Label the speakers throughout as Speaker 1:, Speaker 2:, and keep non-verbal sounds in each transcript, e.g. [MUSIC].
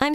Speaker 1: I'm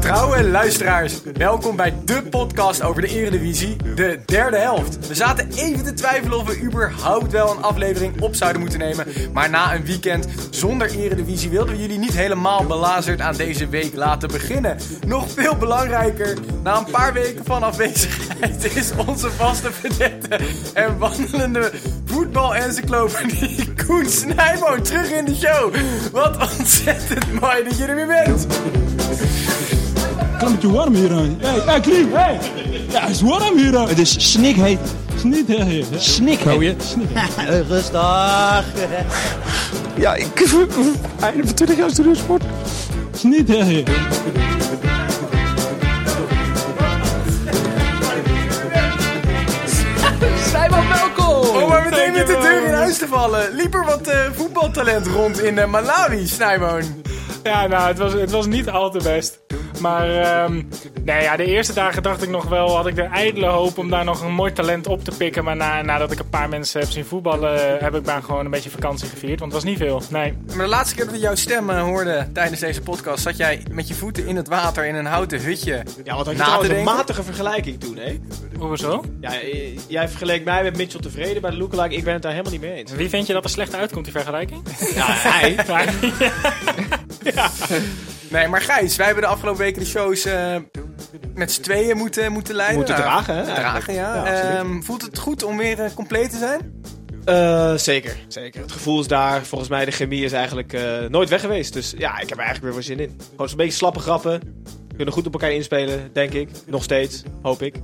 Speaker 2: Trouwe luisteraars, welkom bij de podcast over de Eredivisie, de derde helft. We zaten even te twijfelen of we überhaupt wel een aflevering op zouden moeten nemen. Maar na een weekend zonder Eredivisie wilden we jullie niet helemaal belazerd aan deze week laten beginnen. Nog veel belangrijker, na een paar weken van afwezigheid [LAUGHS] is onze vaste verdette en wandelende voetbal-encyclopedie Koen Snijboon terug in de show. Wat ontzettend mooi dat je er weer bent.
Speaker 3: Klein beetje warm hier aan. Hey, hey, Klim, hey! Ja, het is warm hier aan. Het is snikheet. Snikheet. Snikheet. Oh, je?
Speaker 4: Rustig.
Speaker 5: Ja, ik. Einde van 20 jaar studeersport.
Speaker 3: Snikheet.
Speaker 2: Om maar meteen met de deur in huis te vallen. Liep er wat eh, voetbaltalent rond in eh, Malawi, Snijboon?
Speaker 6: Ja, nou, het was, het was niet al te best. Maar ehm nou ja, de eerste dagen dacht ik nog wel, had ik de ijdele hoop om daar nog een mooi talent op te pikken. Maar na, nadat ik een paar mensen heb zien voetballen, heb ik maar gewoon een beetje vakantie gevierd. Want het was niet veel. Nee.
Speaker 2: Maar de laatste keer dat we jouw stem eh, hoorden tijdens deze podcast... zat jij met je voeten in het water in een houten hutje
Speaker 4: Ja, wat
Speaker 2: na te
Speaker 4: had je trouwens een
Speaker 2: denken.
Speaker 4: matige vergelijking toen, hè?
Speaker 6: Hoezo?
Speaker 4: Ja, eh, jij vergeleek mij met Mitchell tevreden bij de lookalike. Ik ben het daar helemaal niet mee eens.
Speaker 6: Wie vind je dat er slecht uitkomt, die vergelijking?
Speaker 4: [LAUGHS] Ja,
Speaker 2: Nou,
Speaker 4: hij.
Speaker 6: Ja,
Speaker 2: Nee, maar Gijs, wij hebben de afgelopen weken de shows eh, met z'n tweeën moeten, moeten leiden.
Speaker 4: Moeten
Speaker 2: Nou,
Speaker 4: dragen, hè,
Speaker 2: Dragen,
Speaker 4: eigenlijk.
Speaker 2: ja.
Speaker 4: Ja, absoluut.
Speaker 2: Ehm, voelt het goed om weer eh, compleet te zijn?
Speaker 4: [LAUGHS] Eh, zeker, zeker. Het gevoel is daar. Volgens mij de chemie is eigenlijk eh, nooit weg geweest. Dus ja, ik heb er eigenlijk weer wel zin in. Gewoon zo'n beetje slappe grappen. Kunnen goed op elkaar inspelen, denk ik. Nog steeds, hoop ik.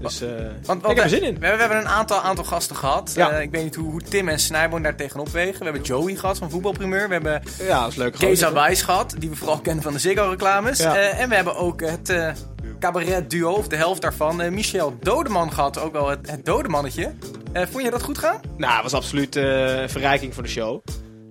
Speaker 4: Dus eh, ik heb er
Speaker 2: we-
Speaker 4: zin in.
Speaker 2: We, we hebben een aantal, aantal gasten gehad.
Speaker 4: Ja.
Speaker 2: Eh, ik weet niet hoe, hoe Tim en Snijboon daar tegenop wegen. We hebben Joey gehad van Voetbalprimeur. We hebben
Speaker 4: Ja, dat is leuk.
Speaker 2: Keza Wijs gehad, die we vooral kennen van de Ziggo-reclames.
Speaker 4: Ja.
Speaker 2: Eh, en we hebben ook het eh, cabaret-duo, of de helft daarvan, eh, Michel Dodeman gehad. Ook wel het, het Dodemannetje. Eh, vond je dat goed gaan?
Speaker 4: Nou, het was absoluut eh, een verrijking voor de show.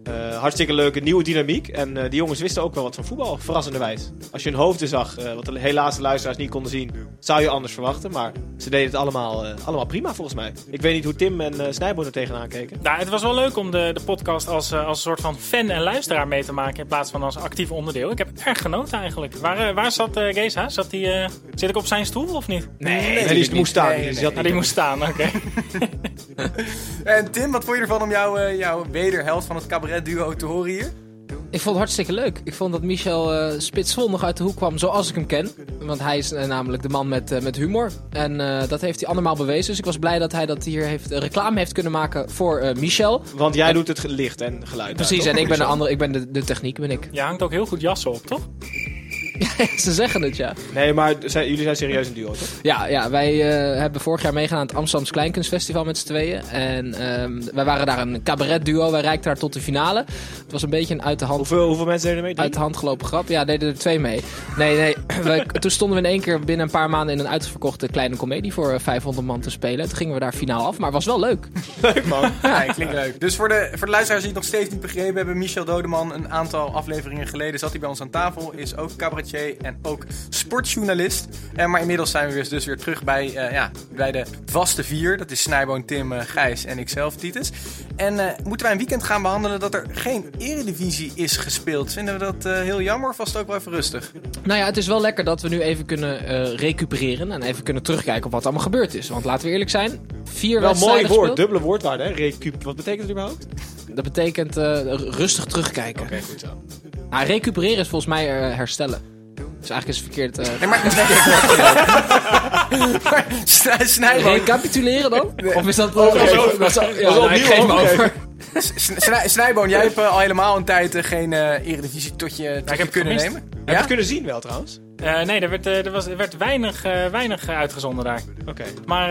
Speaker 4: Eh, hartstikke leuke nieuwe dynamiek. En eh, die jongens wisten ook wel wat van voetbal, verrassenderwijs. Als je hun hoofden zag, eh, wat de helaas de luisteraars niet konden zien, zou je anders verwachten. Maar ze deden het allemaal, eh, allemaal prima volgens mij. Ik weet niet hoe Tim en eh Snijboer er tegenaan keken.
Speaker 6: [LAUGHS] Nou, het was wel leuk om de, de podcast als, eh, als een soort van fan en luisteraar mee te maken in plaats van als actief onderdeel. Ik heb erg genoten eigenlijk. Waar, eh, waar zat eh Geza? Zat die, eh, zit ik op zijn stoel of niet?
Speaker 4: Nee, die is- moest staan.
Speaker 2: Nee, nee,
Speaker 4: die
Speaker 2: nee.
Speaker 4: zat
Speaker 6: Ja,
Speaker 4: niet.
Speaker 6: die moest staan, oké. [LAUGHS]
Speaker 2: En Tim, wat vond je ervan om jouw, eh, jouw wederhelft van het cabaret-duo te horen hier?
Speaker 7: Ik vond het hartstikke leuk. Ik vond dat Michel eh spitsvondig uit de hoek kwam zoals ik hem ken. Want hij is eh, namelijk de man met, eh, met humor. En eh, dat heeft hij andermaal bewezen. Dus ik was blij dat hij dat hier heeft, eh, reclame heeft kunnen maken voor eh, Michel.
Speaker 4: Want jij doet het ge- licht en geluid.
Speaker 7: Precies,
Speaker 4: daar,
Speaker 7: en
Speaker 4: toch?
Speaker 7: ik ben de andere, ik ben de, de techniek, ben ik. [LAUGHS]
Speaker 6: Je hangt ook heel goed jassen op, toch?
Speaker 7: Ze zeggen het, ja.
Speaker 4: Nee, maar zijn- jullie zijn serieus een duo, toch?
Speaker 7: Ja, ja wij eh, hebben vorig jaar meegedaan aan het Amsterdams Kleinkunstfestival met z'n tweeën. En ehm, wij waren daar een cabaretduo. Wij reikten daar tot de finale. Het was een beetje een uit de hand
Speaker 4: Hoeveel, hoeveel mensen deden er mee? Drie?
Speaker 7: uit de hand gelopen grap. Ja, deden er twee mee. Nee, nee. [CLEARS THROAT] We, toen stonden we in één keer binnen een paar maanden in een uitverkochte kleine komedie voor eh, 500 man te spelen. Toen gingen we daar finaal af, maar het was wel
Speaker 4: [LAUGHS]
Speaker 7: leuk.
Speaker 4: Leuk, man.
Speaker 2: Ja, klinkt leuk. Dus voor de, voor de luisteraars die het nog steeds niet begrepen hebben, Michel Dodeman, een aantal afleveringen geleden zat hij bij ons aan tafel, is ook cabaretier en ook sportjournalist. En, maar inmiddels zijn we dus, dus weer terug bij, eh, ja, bij de vaste vier. Dat is Snijboon, Tim, eh, Gijs en ikzelf, Titus. En eh, moeten wij een weekend gaan behandelen dat er geen eredivisie is gespeeld? Vinden we dat eh, heel jammer of vast ook wel even rustig?
Speaker 7: Nou ja, het is wel lekker dat we nu even kunnen eh, recupereren en even kunnen terugkijken op wat allemaal gebeurd is. Want laten we eerlijk zijn, vier
Speaker 4: Wel een mooi
Speaker 7: wedstrijden
Speaker 4: woord,
Speaker 7: gespeeld.
Speaker 4: dubbele woordwaarde, hè? Recup. Wat betekent het überhaupt? Oké,
Speaker 7: Dat betekent eh, rustig terugkijken.
Speaker 4: goed zo.
Speaker 7: Nou, recupereren is volgens mij eh, herstellen. Dus eigenlijk is het verkeerd. eh,
Speaker 2: Nee, [LAUGHS] maar... maar Snij- Snijboon,
Speaker 7: recapituleren dan? Of is dat... dat
Speaker 4: is
Speaker 7: is
Speaker 4: over.
Speaker 7: dat is-
Speaker 4: Oh, Dat is
Speaker 7: ja, nee,
Speaker 4: opnieuw,
Speaker 7: geef me
Speaker 4: hoor.
Speaker 7: over.
Speaker 2: Sn- Snij- Snijboon, jij hebt eh, al helemaal een tijd eh, geen eh, eredivisie tot je, tot je
Speaker 6: Nou, heb het
Speaker 2: kunnen
Speaker 6: gemist.
Speaker 2: nemen.
Speaker 4: Heb je
Speaker 2: Ja?
Speaker 4: het kunnen zien wel, trouwens?
Speaker 6: Eh, nee, er werd, eh, er was, er werd weinig, eh, weinig eh, uitgezonden daar.
Speaker 4: Oké.
Speaker 6: Maar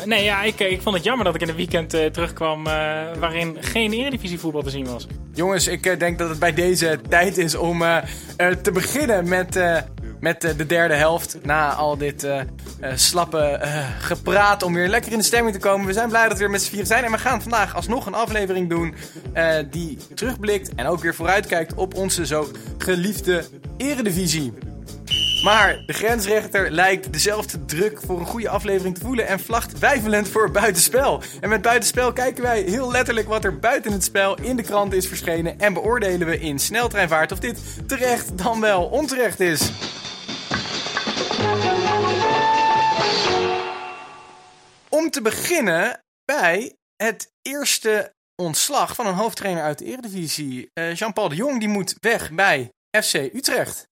Speaker 6: eh, nee, ja, ik, ik vond het jammer dat ik in het weekend eh, terugkwam eh, waarin geen eredivisie voetbal te zien was.
Speaker 2: Jongens, ik eh, denk dat het bij deze tijd is om eh, eh, te beginnen met, eh, met eh, de derde helft. Na al dit eh, eh, slappe eh, gepraat om weer lekker in de stemming te komen. We zijn blij dat we weer met z'n vieren zijn. En we gaan vandaag alsnog een aflevering doen eh, die terugblikt en ook weer vooruitkijkt op onze zo geliefde eredivisie. Maar de grensrechter lijkt dezelfde druk voor een goede aflevering te voelen en vlagt wijfelend voor buitenspel. En met buitenspel kijken wij heel letterlijk wat er buiten het spel in de krant is verschenen en beoordelen we in sneltreinvaart of dit terecht dan wel onterecht is. Om te beginnen bij het eerste ontslag van een hoofdtrainer uit de Eredivisie. Eh, Jean-Paul de Jong die moet weg bij FC Utrecht.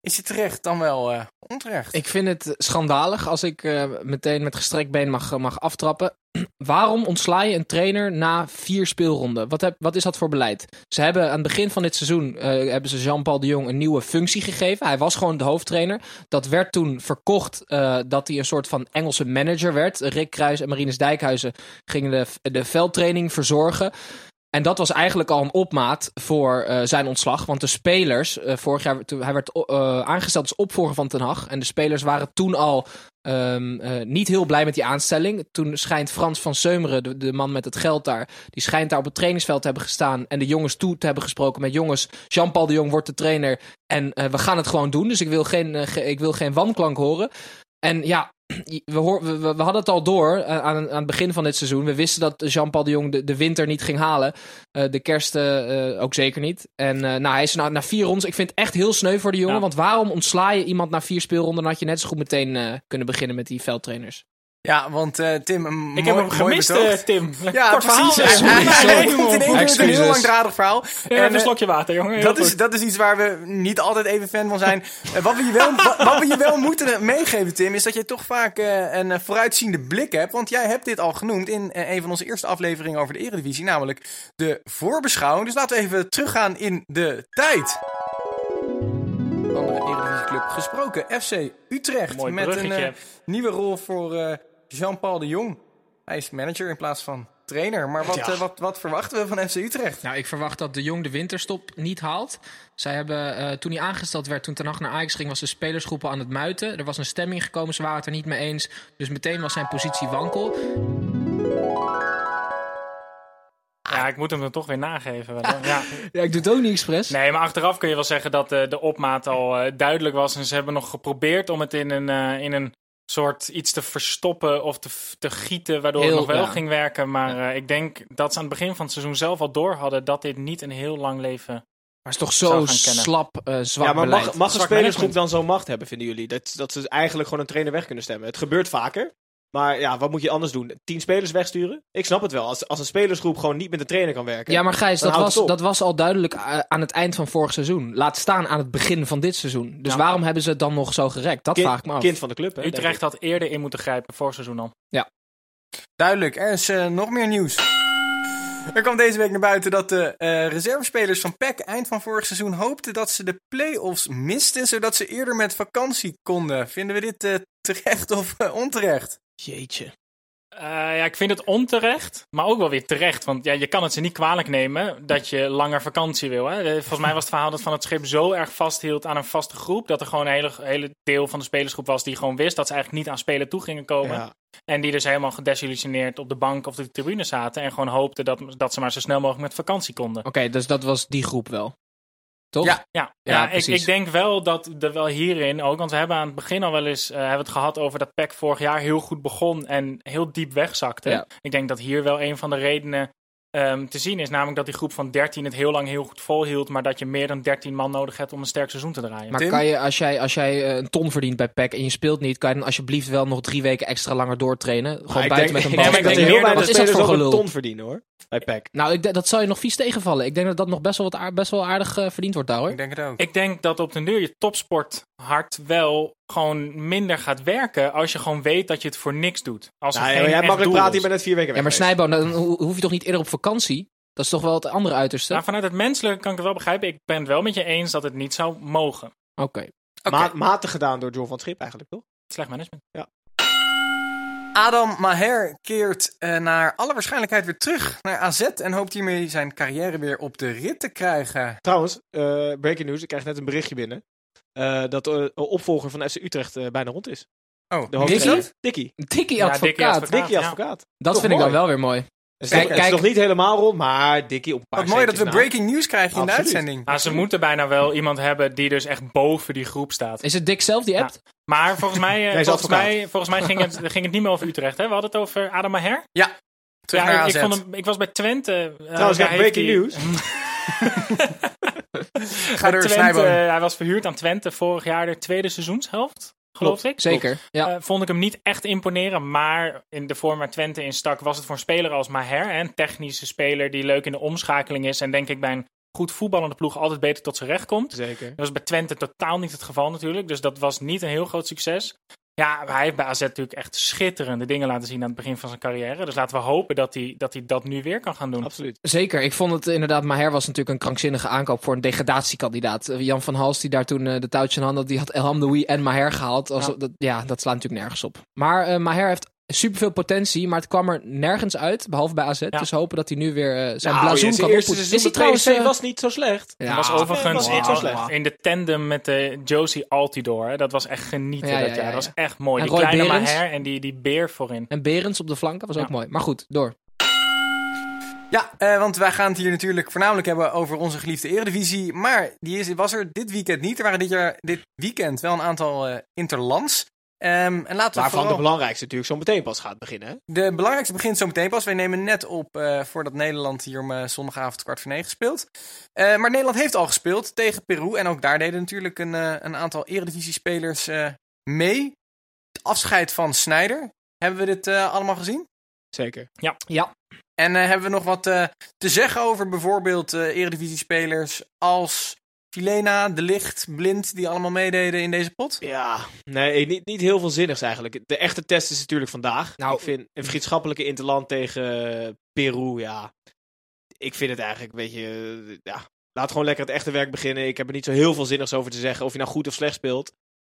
Speaker 2: Is het terecht dan wel eh, onterecht?
Speaker 7: Ik vind het schandalig als ik eh, meteen met gestrekt been mag, eh, mag aftrappen. [CLEARS THROAT] Waarom ontsla je een trainer na vier speelronden? Wat, heb, wat is dat voor beleid? Ze hebben aan het begin van dit seizoen eh, hebben ze Jean-Paul de Jong een nieuwe functie gegeven. Hij was gewoon de hoofdtrainer. Dat werd toen verkocht eh, dat hij een soort van Engelse manager werd. Rick Kruis en Marinus Dijkhuizen gingen de, de veldtraining verzorgen. En dat was eigenlijk al een opmaat voor eh, zijn ontslag. Want de spelers, eh, vorig jaar, toen hij werd o- eh, aangesteld als opvolger van Ten Hag. En de spelers waren toen al ehm, eh, niet heel blij met die aanstelling. Toen schijnt Frans van Seumeren, de, de man met het geld daar, die schijnt daar op het trainingsveld te hebben gestaan. En de jongens toe te hebben gesproken met jongens. Jean-Paul de Jong wordt de trainer. En eh, we gaan het gewoon doen. Dus ik wil geen, eh, ge- ik wil geen wanklank horen. En ja, we, hoor- we, we- we hadden het al door eh, aan, aan het begin van dit seizoen. We wisten dat Jean-Paul de Jong de, de winter niet ging halen. Eh, de kerst eh, eh, ook zeker niet. En eh, nou, hij is na, na vier rondes. Ik vind het echt heel sneu voor de jongen.
Speaker 6: Ja.
Speaker 7: Want waarom ontsla je iemand na vier speelronden? Dan had je net zo goed meteen eh, kunnen beginnen met die veldtrainers.
Speaker 2: Ja, want eh, Tim, een
Speaker 6: Ik heb
Speaker 2: mooi-
Speaker 6: hem
Speaker 2: mooi
Speaker 6: gemist,
Speaker 2: betoog.
Speaker 6: eh, Tim.
Speaker 2: ja,
Speaker 6: Kort verhaal.
Speaker 2: precies.
Speaker 6: Sorry,
Speaker 2: Hij- hij- [LAUGHS]
Speaker 6: sorry,
Speaker 2: hij komt in één keer met een heel
Speaker 5: Excuses.
Speaker 2: langdradig verhaal.
Speaker 6: Ja, even
Speaker 2: eh,
Speaker 6: een slokje water, jongen. Heel
Speaker 2: dat, is,
Speaker 6: goed.
Speaker 2: dat is iets waar we niet altijd even fan van zijn. Eh, wat, we je wel, wat, wat we je wel moeten meegeven, Tim, is dat je toch vaak eh, een eh, vooruitziende blik hebt. Want jij hebt dit al genoemd in eh, een van onze eerste afleveringen over de Eredivisie, namelijk de voorbeschouwing. Dus laten we even teruggaan in de tijd. Van de Eredivisieclub gesproken, FC Utrecht.
Speaker 6: Mooi
Speaker 2: met een
Speaker 6: bruggetje.
Speaker 2: eh, nieuwe rol voor eh, Jean-Paul de Jong. Hij is manager in plaats van trainer. Maar wat, eh, wat, wat verwachten we van FC Utrecht?
Speaker 7: Nou, ik verwacht dat de Jong de winterstop niet haalt. Zij hebben, eh, toen hij aangesteld werd, toen Ten Hag naar Ajax ging, was de spelersgroepen aan het muiten. Er was een stemming gekomen, ze waren het er niet mee eens. Dus meteen was zijn positie wankel.
Speaker 6: Ja, ik moet hem dan toch weer
Speaker 2: [LAUGHS]
Speaker 6: nageven. wel, hoor. Ja.
Speaker 7: Ja, ik doe het ook niet expres.
Speaker 6: Nee, maar achteraf kun je wel zeggen dat eh, de opmaat al eh, duidelijk was. En ze hebben nog geprobeerd om het in een, eh, in een soort iets te verstoppen of te, f- te gieten. Waardoor
Speaker 7: Heel,
Speaker 6: het nog wel
Speaker 7: ja.
Speaker 6: ging werken. Maar eh, ik denk dat ze aan het begin van het seizoen zelf al door hadden dat dit niet een heel lang leven...
Speaker 7: Maar het is toch
Speaker 6: Zou
Speaker 7: zo
Speaker 6: gaan kennen.
Speaker 7: slap, eh zwak
Speaker 4: Ja, maar mag,
Speaker 7: beleid.
Speaker 4: mag een
Speaker 6: Zwak
Speaker 4: spelersgroep
Speaker 6: management.
Speaker 4: dan zo'n macht hebben, vinden jullie? Dat, dat ze eigenlijk gewoon een trainer weg kunnen stemmen. Het gebeurt vaker. Maar ja, wat moet je anders doen? Tien spelers wegsturen? Ik snap het wel. Als, als een spelersgroep gewoon niet met een trainer kan werken.
Speaker 7: Ja, maar Gijs,
Speaker 4: Dan
Speaker 7: dat
Speaker 4: houdt
Speaker 7: was,
Speaker 4: het op.
Speaker 7: dat was al duidelijk eh, aan het eind van vorig seizoen. Laat staan aan het begin van dit seizoen. Dus waarom hebben ze het dan nog zo gerekt? Dat
Speaker 4: Kind-
Speaker 7: vraag ik me af.
Speaker 4: Kind van de club, hè? denk Ah,
Speaker 6: Utrecht had eerder in moeten grijpen, voor seizoen al.
Speaker 2: Duidelijk, er is eh, nog meer nieuws. Er kwam deze week naar buiten dat de eh, reservespelers van PEC eind van vorig seizoen hoopten dat ze de play-offs misten, zodat ze eerder met vakantie konden. Vinden we dit eh, terecht of eh, onterecht?
Speaker 7: Jeetje.
Speaker 6: Eh, ja, ik vind het onterecht, maar ook wel weer terecht. Want ja, je kan het ze niet kwalijk nemen dat je langer vakantie wil. Hè? Eh, Volgens mij was het verhaal dat Van het Schip zo erg vasthield aan een vaste groep... dat er gewoon een hele, hele deel van de spelersgroep was die gewoon wist... dat ze eigenlijk niet aan spelen toe gingen
Speaker 4: ik.
Speaker 6: komen.
Speaker 4: Ja.
Speaker 6: En die dus helemaal gedesillusioneerd op de bank of de tribune zaten... en gewoon hoopten dat, dat ze maar zo snel mogelijk met vakantie konden.
Speaker 7: Oké, dus dat was die groep wel. Toch?
Speaker 2: Ja.
Speaker 6: Ja,
Speaker 7: Ja,
Speaker 6: ja, ik,
Speaker 7: precies.
Speaker 6: ik denk wel dat er wel hierin ook, want we hebben aan het begin al wel eens eh, hebben we het gehad over dat PEC vorig jaar heel goed begon en heel diep wegzakte.
Speaker 7: Ja.
Speaker 6: Ik denk dat hier wel een van de redenen ehm, te zien is, namelijk dat die groep van 13 het heel lang heel goed volhield, maar dat je meer dan 13 man nodig hebt om een sterk seizoen te draaien.
Speaker 7: Maar
Speaker 2: Tim?
Speaker 7: kan je, als jij, als jij eh, een ton verdient bij PEC en je speelt niet, kan je dan alsjeblieft wel nog drie weken extra langer doortrainen? Gewoon
Speaker 4: Maar Ah, ik
Speaker 7: buiten
Speaker 4: denk- [LAUGHS]
Speaker 7: met een
Speaker 4: ik
Speaker 7: bal.
Speaker 6: Nee, maar
Speaker 4: denk dat
Speaker 6: ik
Speaker 4: er
Speaker 6: denk
Speaker 4: heel
Speaker 6: meer
Speaker 4: weinig
Speaker 7: wat is dat
Speaker 4: spelers nog
Speaker 7: voor
Speaker 4: een
Speaker 7: gelul?
Speaker 4: ton verdienen, hoor. Bij E PEC.
Speaker 7: Nou, ik, denk- dat zou je nog vies tegenvallen. Ik denk dat dat nog best wel, wat aard- best wel aardig eh, verdiend wordt daar hoor.
Speaker 2: Ik denk het ook.
Speaker 6: Ik denk dat op den duur je topsport hard wel gewoon minder gaat werken als je gewoon weet dat je het voor niks doet. Als er
Speaker 4: Nou, ja,
Speaker 6: geen
Speaker 4: jij
Speaker 6: echt
Speaker 4: makkelijk
Speaker 6: doel
Speaker 4: praat
Speaker 6: is.
Speaker 4: hier bij net vier weken
Speaker 7: Ja, maar
Speaker 4: weg
Speaker 7: Snijbo, dan ho- hoef je toch niet eerder op vakantie? Dat is toch wel het
Speaker 6: Nou,
Speaker 7: andere uiterste?
Speaker 6: Maar vanuit het menselijke kan ik het wel begrijpen. Ik ben het wel met je eens dat het niet zou mogen.
Speaker 7: Oké.
Speaker 4: Ma- matig gedaan door John van Schip eigenlijk, toch?
Speaker 6: Slecht management.
Speaker 2: Adam Maher keert eh, naar alle waarschijnlijkheid weer terug naar AZ en hoopt hiermee zijn carrière weer op de rit te krijgen.
Speaker 4: Trouwens, eh, breaking news. Ik krijg net een berichtje binnen. eh, dat de opvolger van FC Utrecht eh, bijna rond is.
Speaker 2: Oh,
Speaker 4: De
Speaker 2: Dickie?
Speaker 4: hoofdtrainer. Dickie.
Speaker 7: Dikkie
Speaker 6: Ja,
Speaker 7: advocaat.
Speaker 6: Dikkie advocaat.
Speaker 4: Dickie
Speaker 6: Ja.
Speaker 4: advocaat.
Speaker 7: Dat
Speaker 4: Toch
Speaker 7: vind ik dan
Speaker 4: mooi.
Speaker 7: wel weer mooi.
Speaker 4: Het is
Speaker 7: Kijk,
Speaker 4: nog- het is
Speaker 7: kijk.
Speaker 4: nog niet helemaal rond, maar Dickie op een paar
Speaker 2: Wat mooi dat we
Speaker 6: nou?
Speaker 4: centjes na.
Speaker 2: breaking news krijgen in de
Speaker 4: Absoluut.
Speaker 6: [LAUGHS]
Speaker 2: uitzending.
Speaker 6: Ah, ze moeten bijna wel iemand hebben die dus echt boven die groep staat.
Speaker 7: Is het Dick zelf die appt?
Speaker 6: Maar volgens mij, eh,
Speaker 4: Deze
Speaker 6: volgens
Speaker 4: advocaat.
Speaker 6: mij, volgens mij ging, het, [LAUGHS] ging het niet meer over Utrecht. Hè? We hadden het over Adam Maher.
Speaker 2: Ja, terug
Speaker 6: Ja,
Speaker 2: naar
Speaker 6: ik-
Speaker 2: AZ.
Speaker 6: ik, vond hem, ik was bij Twente. eh,
Speaker 4: Trouwens,
Speaker 6: daar
Speaker 4: ja,
Speaker 6: heeft
Speaker 4: Nou, breaking
Speaker 6: hij-
Speaker 4: news.
Speaker 2: Ga door
Speaker 6: Twente,
Speaker 2: Snijboom.
Speaker 6: eh, hij was verhuurd aan Twente vorig jaar, de tweede seizoenshelft, geloof ik.
Speaker 7: Zeker. Ja.
Speaker 6: Eh, vond ik hem niet echt imponeren, maar in de vorm waar Twente in stak, was het voor een speler als Maher, hè, een technische speler die leuk in de omschakeling is en denk ik bij een goed voetballende ploeg altijd beter tot zijn recht komt.
Speaker 4: Zeker.
Speaker 6: Dat was bij Twente totaal niet het geval natuurlijk, dus dat was niet een heel groot succes. Ja, maar hij heeft bij AZ natuurlijk echt schitterende dingen laten zien aan het begin van zijn carrière. Dus laten we hopen dat hij dat, hij dat nu weer kan gaan doen.
Speaker 4: Absoluut.
Speaker 7: Zeker, ik vond het inderdaad. Maher was natuurlijk een krankzinnige aankoop voor een degradatiekandidaat. Eh, Jan van Hals, die daar toen eh, de touwtje in hand had, die had El Hamdoui en Maher gehaald. Als,
Speaker 6: Ja.
Speaker 7: Dat, ja, dat slaat natuurlijk nergens op. Maar eh, Maher heeft superveel potentie, maar het kwam er nergens uit, behalve bij AZ. Dus hopen dat hij nu weer eh, zijn blazoen
Speaker 4: het
Speaker 7: kan
Speaker 4: eerste
Speaker 7: oppoetsen.
Speaker 4: seizoen
Speaker 7: Is hij
Speaker 4: bij PSV
Speaker 7: trouwens... eh,
Speaker 4: was niet zo slecht.
Speaker 7: ja,
Speaker 6: Dat was overigens
Speaker 4: dat was niet zo
Speaker 6: in,
Speaker 4: slecht.
Speaker 6: in de tandem met eh, Josie Altidore. hè. Dat was echt genieten
Speaker 7: Ja, ja,
Speaker 6: dat jaar.
Speaker 7: ja,
Speaker 6: Dat
Speaker 7: ja.
Speaker 6: was echt mooi.
Speaker 7: En
Speaker 6: die
Speaker 7: Roy
Speaker 6: kleine
Speaker 7: Berends.
Speaker 6: Maher en die, die beer voorin.
Speaker 7: En Berends op de flanken was ook
Speaker 6: Ja.
Speaker 7: mooi. Maar goed, door.
Speaker 2: Ja, eh, want wij gaan het hier natuurlijk voornamelijk hebben over onze geliefde Eredivisie. Maar die is, was er dit weekend niet. Er waren dit, jaar, dit weekend wel een aantal eh, interlands. Ehm, en laten we
Speaker 4: Waarvan de
Speaker 2: vooral...
Speaker 4: belangrijkste natuurlijk zo meteen pas gaat beginnen. hè?
Speaker 2: De belangrijkste begint zo meteen pas. Wij nemen net op eh, voordat Nederland hier om eh, zondagavond kwart voor negen speelt. Eh, maar Nederland heeft al gespeeld tegen Peru. En ook daar deden natuurlijk een, eh, een aantal eredivisiespelers eh mee. Het afscheid van Snijder. Hebben we dit eh, allemaal gezien?
Speaker 4: Zeker.
Speaker 2: En eh, hebben we nog wat eh, te zeggen over bijvoorbeeld eh eredivisiespelers als Filena, De Licht, Blind, die allemaal meededen in deze pot?
Speaker 4: Ja, nee, niet, niet heel veel zinnigs eigenlijk. De echte test is natuurlijk vandaag.
Speaker 7: Nou-
Speaker 4: ik vind een vriendschappelijke interland tegen eh, Peru, ja. Ik vind het eigenlijk een beetje, eh, ja. Laat gewoon lekker het echte werk beginnen. Ik heb er niet zo heel veel zinnigs over te zeggen. Of je nou goed of slecht speelt.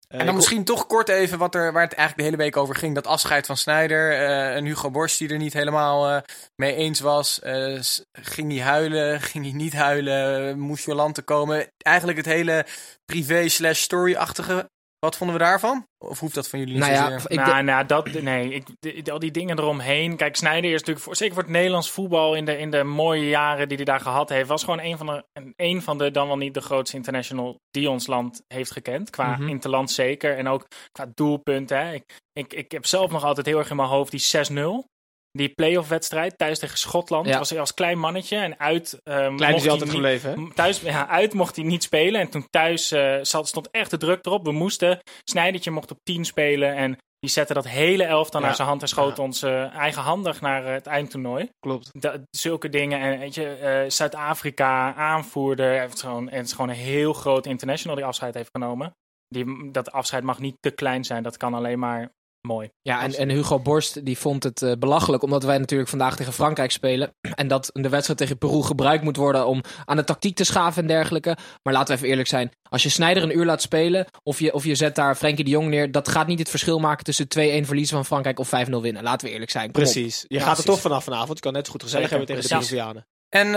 Speaker 4: Eh,
Speaker 2: En dan
Speaker 4: ik-
Speaker 2: misschien toch kort even wat er, waar het eigenlijk de hele week over ging. Dat afscheid van Snijder. eh en Hugo Borst die er niet helemaal eh, mee eens was. Eh, s- ging hij huilen? [LAUGHS] Ging hij niet huilen? Moest Jolante komen? Eigenlijk het hele privé slash story-achtige. Wat vonden we daarvan? Of hoeft dat van jullie niet
Speaker 7: Nou ja,
Speaker 2: zozeer?
Speaker 7: ik
Speaker 6: nou, nou, dat, nee, ik, d- al die dingen eromheen. Kijk, Snijder is natuurlijk, voor, zeker voor het Nederlands voetbal in de, in de mooie jaren die hij daar gehad heeft, was gewoon een van, de, een- een van de, dan wel niet de grootste international die ons land heeft gekend. Qua
Speaker 7: Mhm.
Speaker 6: interland zeker en ook qua doelpunten. Hè. Ik, ik, ik heb zelf nog altijd heel erg in mijn hoofd die 6-0. Die play-off wedstrijd thuis tegen Schotland.
Speaker 7: Ja.
Speaker 6: Was hij als klein mannetje en uit. ehm,
Speaker 4: Klein
Speaker 6: mocht
Speaker 4: is hij altijd
Speaker 6: niet-
Speaker 4: gebleven, hè?
Speaker 6: M- Thuis, ja, uit mocht hij niet spelen. En toen thuis eh, zat, stond echt de druk erop. We moesten. Snijdertje mocht op 10 spelen. En die zette dat hele elftal dan
Speaker 4: Ja,
Speaker 6: naar zijn hand en schoot
Speaker 4: ja.
Speaker 6: ons eh, eigenhandig naar eh, het eindtoernooi.
Speaker 4: Klopt.
Speaker 6: Da- zulke dingen. En weet je, eh, Zuid-Afrika aanvoerder. Heeft gewoon, het is gewoon een heel groot international die afscheid heeft genomen. Die, dat afscheid mag niet te klein zijn. Dat kan alleen maar mooi.
Speaker 7: Ja, en, en Hugo Borst die vond het eh, belachelijk, omdat wij natuurlijk vandaag tegen Frankrijk spelen. [CLEARS THROAT] En dat de wedstrijd tegen Peru gebruikt moet worden om aan de tactiek te schaven en dergelijke. Maar laten we even eerlijk zijn. Als je Snijder een uur laat spelen, of je, of je zet daar Frenkie de Jong neer, dat gaat niet het verschil maken tussen 2-1 verliezen van Frankrijk of 5-0 winnen. Laten we eerlijk zijn. Kom op.
Speaker 4: Precies. Je
Speaker 7: Ja,
Speaker 4: gaat
Speaker 7: precies.
Speaker 4: er toch vanaf vanavond. Je kan net zo goed gezellig
Speaker 6: Zeker,
Speaker 4: hebben tegen
Speaker 6: precies.
Speaker 4: de Brazilianen.
Speaker 2: En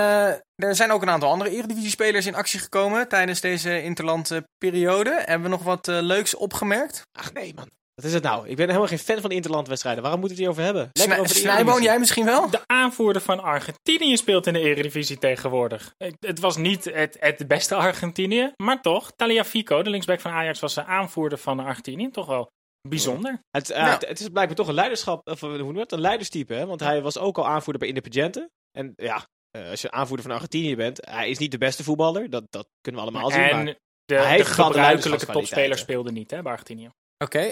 Speaker 2: eh, er zijn ook een aantal andere Eredivisie-spelers in actie gekomen tijdens deze interland eh, periode. Hebben we nog wat eh, leuks opgemerkt?
Speaker 4: Ach nee, man. Wat is het nou? Ik ben helemaal geen fan van interlandwedstrijden. Waarom moeten we het hier over hebben?
Speaker 2: Snij-
Speaker 4: Lekker over de
Speaker 2: Snijboon,
Speaker 4: Eredivisie.
Speaker 2: jij misschien wel?
Speaker 6: De aanvoerder van Argentinië speelt in de Eredivisie tegenwoordig. Het, het was niet het, het beste Argentinië, maar toch. Taliafico, de linksback van Ajax, was de aanvoerder van Argentinië. Toch wel bijzonder.
Speaker 4: Het, eh,
Speaker 2: Nou.
Speaker 4: het, het is blijkbaar toch een leiderschap, of eh, hoe noem je dat? Een leiderstype, hè? Want hij was ook al aanvoerder bij Independiente. En ja, eh, als je aanvoerder van Argentinië bent, hij is niet de beste voetballer. Dat, dat kunnen we allemaal zien. maar
Speaker 6: en
Speaker 4: hij
Speaker 6: de, de
Speaker 4: heeft bepaalde
Speaker 6: gebruikelijke
Speaker 4: leiderschapskwaliteiten.
Speaker 6: topspeler speelde niet hè, bij Argentinië.